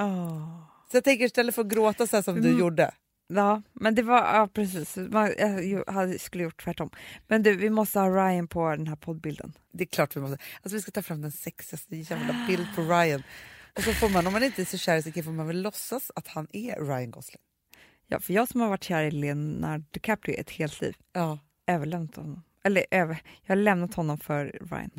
B: Åh.
A: Så jag tänker istället för att gråta så här som du
B: Mm.
A: gjorde.
B: Ja, men det var ja, precis. Man, jag ju- hade, skulle gjort tvärtom. Men du, vi måste ha Ryan på den här poddbilden.
A: Det är klart vi måste. Alltså vi ska ta fram den sexigaste jävla bild på Ryan. Och så får man, om man inte är så kär i sig får man väl låtsas att han är Ryan Gosling.
B: Ja, för jag som har varit kär i Leonardo DiCaprio ett helt liv,
A: Ja.
B: överlämnat honom. Eller över, jag har lämnat honom för Ryan.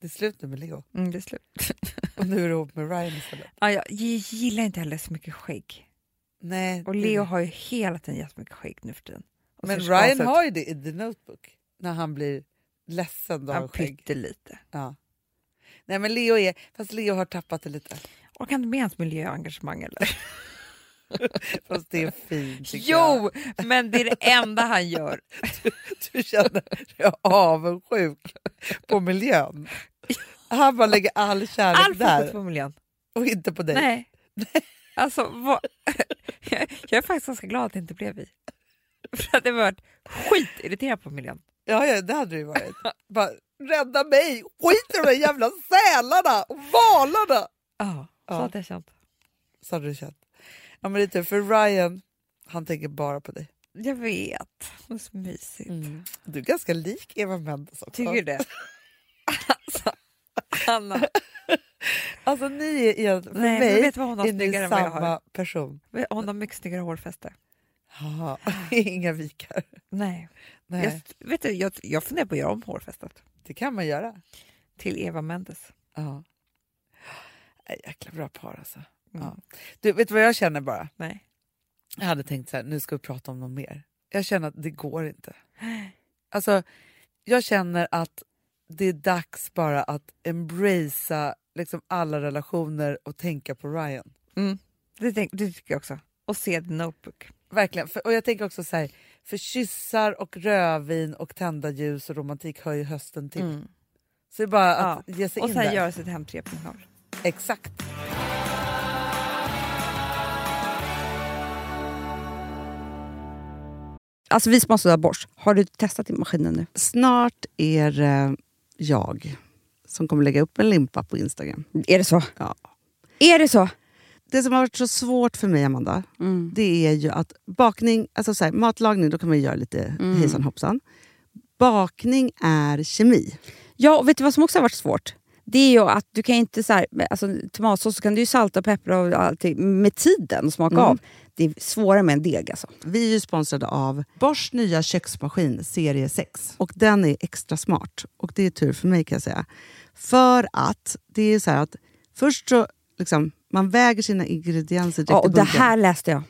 A: Det är slut nu med Leo.
B: Mm, det är slut.
A: Och nu är du ihop med Ryan istället.
B: Ja, jag gillar inte heller så mycket skägg.
A: Nej,
B: Och
A: det-
B: Leo har ju hela tiden jättemycket skägg nu för tiden. Och
A: Men
B: ser
A: Ryan
B: skapad ut.
A: har ju det i The Notebook. När han blir ledsen då
B: han
A: av skägg.
B: pyttelite.
A: Ja. Nej men Leo är, fast Leo har tappat det lite.
B: Orkar inte med hans miljöengagemang eller?
A: Fast det är fint tycker jag.
B: Jo, men det är det enda han gör.
A: Du känner dig avundsjuk på miljön. Han bara lägger all kärlek
B: Allt fokus
A: där
B: på miljön.
A: och inte på dig.
B: Nej. Alltså, vad... jag jag är faktiskt ganska glad att det inte blev vi. För att jag har varit skitirriterad på miljön.
A: Ja, ja, det hade det ju varit. Bara, rädda mig! Skit i de där jävla sälarna och valarna!
B: Ja, så
A: Ja.
B: hade jag känt.
A: Så hade du känt. Ja, men det är tur, för Ryan, han tänker bara på dig.
B: Jag vet, det är så mysigt.
A: Du är ganska lik Eva Mendes också.
B: Mm. Tycker du det? Alltså, Anna.
A: Alltså ni är igen, för
B: Nej, men
A: mig
B: vet du vad hon har
A: är ni
B: snyggare än vad jag
A: samma
B: har?
A: person.
B: Hon har mycket snyggare hårfäste.
A: Haha, Inga vikar.
B: Nej.
A: Nej,
B: Jag, vet du, jag, jag funderar på att göra om hårfästet
A: det kan man göra.
B: till Eva Mendes.
A: Ja. Nej, Jäkla bra par alltså.
B: Mm.
A: Ja. Du, vet du vad jag känner bara?
B: Nej.
A: Jag hade tänkt så här, nu ska vi prata om något mer. Jag känner att det går inte. Alltså, jag känner att det är dags bara att embracea liksom alla relationer och tänka på Ryan.
C: Mm.
B: Det, tänk, det tycker jag också. Och se The Notebook.
A: Verkligen. För, och jag tänker också så här, för kyssar och rödvin och tända ljus och romantik hör ju hösten till. Så det är bara att
B: Mm. Ja.
A: ge sig
B: Och
A: in
B: sen
A: där.
B: göra sitt hem 3.0.
A: Exakt.
C: Alltså vi som har sådär borst, har du testat i maskinen nu?
A: Snart är eh, jag som kommer lägga upp en limpa på Instagram.
C: Är det så?
A: Ja.
C: Är det så?
A: Det som har varit så svårt för mig, Amanda,
B: Mm.
A: det är ju att bakning, alltså så här, matlagning, då kan man ju göra lite
B: Mm.
A: hejsan hoppsan. Bakning är kemi.
C: Ja, och vet du vad som också har varit svårt? Det är ju att du kan inte så här, med- alltså, tomatsås så kan du ju salta och peppra och allting med tiden och
B: Mm.
C: smaka av. Det är svårare med en deg alltså.
A: Vi är ju sponsrade av Bors nya köksmaskin serie 6. Och den är extra smart. Och det är tur för mig kan jag säga. För att det är så här att först så
E: Mm.
A: liksom, man väger sina ingredienser direkt
C: Ja, och
A: i
C: det
A: bunken.
C: här läste jag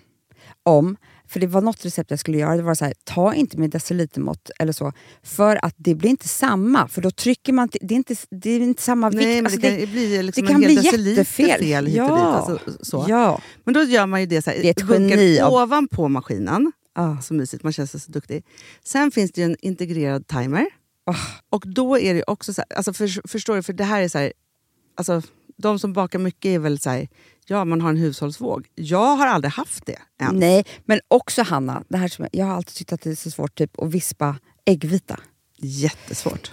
C: om. För det var något recept jag skulle göra. Det var så här, ta inte med decilitermått eller så. För att det blir inte samma. För då trycker man... till- Det är inte, det är inte samma
A: Nej,
C: vikt.
A: men
C: Alltså,
A: det kan ju bli liksom
C: det kan
A: en hel
C: bli
A: deciliter
C: jättefel.
A: fel hit och
C: Ja.
A: dit. Alltså, så.
C: Ja.
A: Men då gör man ju det så här,
C: Det är ett
A: bunkar
C: geni av-
A: ovanpå maskinen.
C: Ah.
A: Så mysigt, man känns så duktig. Sen finns det ju en integrerad timer.
C: Ah.
A: Och då är det ju också så här, alltså för, förstår du, för det här är så här, alltså de som bakar mycket är väl så här, ja man har en hushållsvåg. Jag har aldrig haft det än.
C: Nej, men också Hanna, det här som jag, jag har alltid tyckt att det är så svårt typ, att vispa äggvita.
A: Jättesvårt.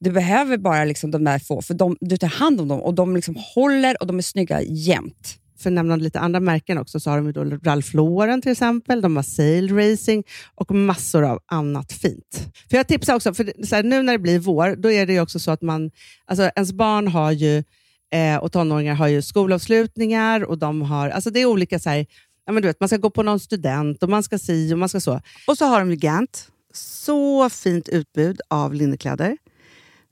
C: Du behöver bara liksom, de där få, för de, du tar hand om dem och de liksom håller och de är snygga jämt.
E: för att nämna lite andra märken också, så har de ju då Ralph Lauren till exempel, de har Sail Racing och massor av annat fint. För Jag tipsar också, för det- så här, nu när det blir vår, då är det ju också så att man, alltså ens barn har ju, eh, och tonåringar har ju skolavslutningar och de har, alltså det är olika så här, ja, men du vet, man ska gå på någon student och man ska si och man ska så. Och så har de ju Gant, så fint utbud av linnekläder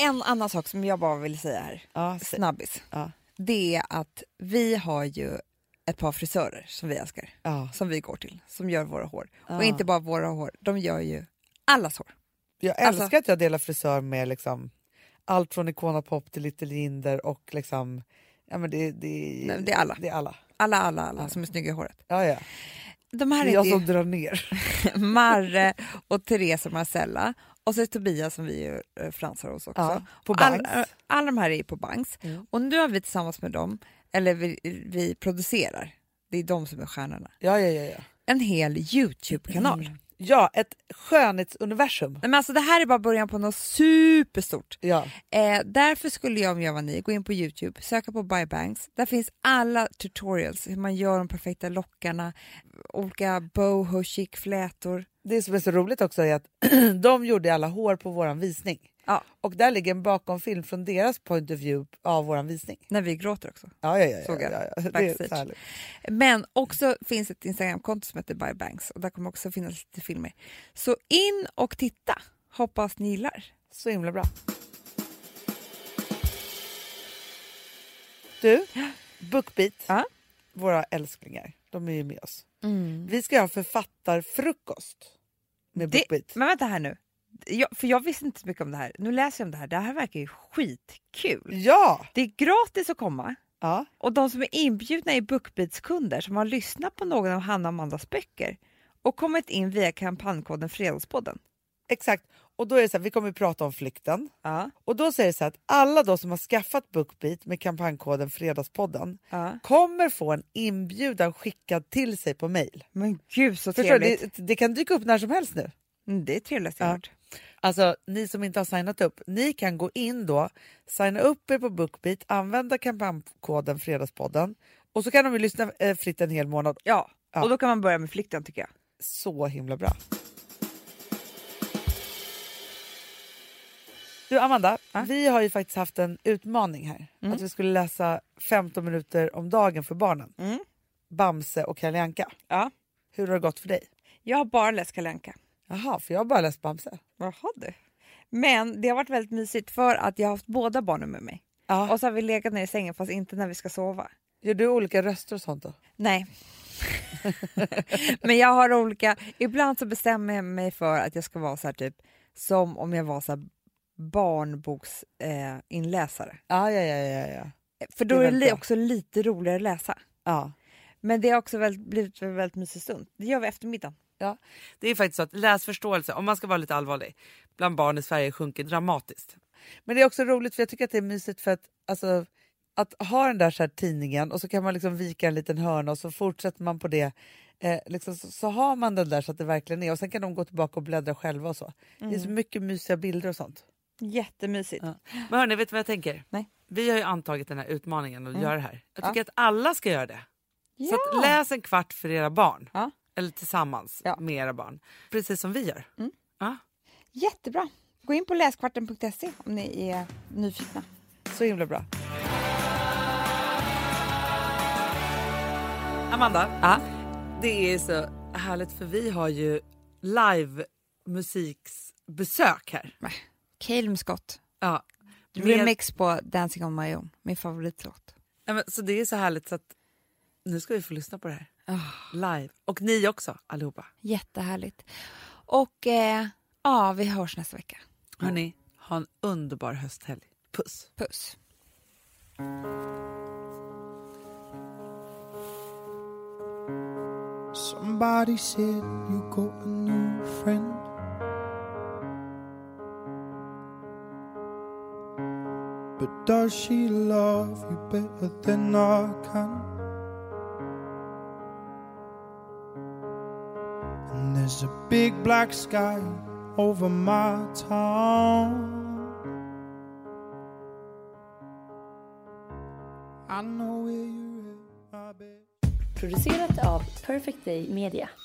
B: En annan sak som jag bara vill säga här,
E: Ja,
B: snabbis.
E: Ja.
B: Det är att vi har ju ett par frisörer som vi älskar,
E: Ja.
B: som vi går till, som gör våra hår.
E: Ja.
B: Och inte bara våra hår, de gör ju allas hår.
E: Jag
B: Alltså-
E: älskar att jag delar frisör med liksom, allt från Icona Pop till Little Jinder och liksom... Ja, men det, det,
B: Nej, det är alla.
E: Det är alla.
B: Alla, alla, alla som är snygga i håret.
E: Ja, ja.
B: De här
E: Det
B: är
E: är jag
B: ju
E: som drar ner.
B: Marre och Therese och Marcella och så är Tobias som vi ju, eh, fransar hos också.
E: Ja, på
B: Och all-
E: Banks.
B: Alla de här är ju på Banks
E: Mm.
B: och nu har vi tillsammans med dem, eller vi, vi producerar, det är de som är stjärnorna,
E: Ja, ja, ja, ja. Mm.
B: en hel Youtube-kanal
A: Ja, ett skönhetsuniversum.
B: Nej, men alltså, det här är bara början på något superstort.
A: Ja.
B: Eh, därför skulle jag om jag var ni gå in på Youtube, söka på Bybanks. Där finns alla tutorials hur man gör de perfekta lockarna, olika boho chic flätor.
A: Det som är så roligt också är att de gjorde alla hår på våran visning.
B: Ja.
A: Och där ligger en bakomfilm från deras point of view av våran visning.
B: När vi gråter också.
A: Ja, ja, ja. ja,
B: Såg jag.
A: ja, ja. Det är
B: Backstage.
A: så härligt.
B: Men också finns ett Instagramkonto som heter Bybanks och där kommer också finnas lite filmer. Så in och titta! Hoppas ni gillar.
A: Så himla bra. Du, Bookbeat,
B: Ja.
A: våra älsklingar, de är ju med oss. Vi ska ha författarfrukost med
B: Det-
A: Bookbeat.
B: Men vänta här nu. Jag, för jag visste inte så mycket om det här. Nu läser jag om det här. Det här verkar ju skitkul.
A: Ja!
B: Det är gratis att komma.
A: ja!
B: Och de som är inbjudna är Bookbeats-kunder som har lyssnat på någon av Hanna och Amandas böcker och kommit in via kampankoden Fredagspodden.
A: Exakt. Och då är det så här, vi kommer att prata om flykten.
B: Ja.
A: Och då säger det så här att alla då som har skaffat Bookbeat med kampankoden Fredagspodden
B: ja.
A: kommer få en inbjudan skickad till sig på mejl.
B: Men gud så
A: Förstår du?
B: trevligt.
A: Det, det kan dyka upp när som helst nu.
B: Mm, Det är trevligt jag
A: Ja.
B: hört.
A: Alltså ni som inte har signat upp, ni kan gå in då, signa upp er på Bookbeat, använda kampankoden Fredagspodden och så kan de ju lyssna eh, fritt en hel månad.
B: Ja.
A: Ja.
B: och då kan man börja med flykten tycker jag.
A: Så himla bra. Du Amanda, vi har ju faktiskt haft en utmaning här. Att vi skulle läsa 15 minuter om dagen för barnen.
B: Mm.
A: Bamse och Kalle Anka.
B: Ja.
A: Hur har det gått för dig?
B: Jag har bara läst Kalle Anka.
A: Jaha, för jag har bara läst Bamse.
B: Jaha du. Men det har varit väldigt mysigt för att jag har haft båda barnen med mig.
A: Ja.
B: Och så har vi legat ner i sängen fast inte när vi ska sova.
A: Gör du olika röster och sånt då?
B: Nej. Men jag har olika... Ibland så bestämmer jag mig för att jag ska vara så här typ som om jag var så här barnboksinläsare. Eh, inläsare.
A: Ja, ja, ja, ja, ja.
B: för då
A: Det är
B: är det
A: väldigt
B: li-
A: bra.
B: också lite roligare att läsa.
A: ja.
B: Men det har också väldigt, blivit en väldigt mysig stund. Det gör vi eftermiddagen.
A: Det är faktiskt så att läsförståelse, om man ska vara lite allvarlig, bland barn i Sverige sjunker dramatiskt. Men det är också roligt för jag tycker att det är mysigt för att, alltså, att ha den där så här tidningen och så kan man liksom vika en liten hörna och så fortsätter man på det. Eh, liksom, så, så har man den där så att det verkligen är och sen kan de gå tillbaka och bläddra själva och så. Det är så mycket mysiga bilder och sånt.
B: Jättemysigt.
A: Ja. Men hörni, vet du vad jag tänker?
B: Nej. Mm.
A: Vi har ju antagit den här utmaningen att göra det här. Jag tycker att alla ska göra det. Så
B: Ja.
A: att läs en kvart för era barn.
B: Ja.
A: Eller tillsammans
B: Ja. Mm.
A: med era barn. Precis som vi gör. Ja.
B: Jättebra. Gå in på läskvarten.se om ni är nyfikna.
A: Så himla bra. Amanda,
B: Ja.
A: det är så härligt för vi har ju live musiksbesök här.
B: Calum Scott.
A: Ja. Med,
B: Remix på Dancing on my own. Min favoritlåt.
A: Ja, men, så det är så härligt så att nu ska vi få lyssna på det här live. Och ni också allihopa.
B: Jättehärligt. Och eh, ja, vi hörs nästa vecka.
A: Hörni, ha en underbar hösthelg. Puss!
B: Puss.
F: Somebody said you got a new friend. But does she love you better than I can? And there's a big black sky over my town. I know where you're at, I bet.
G: producerat av Perfect Day Media.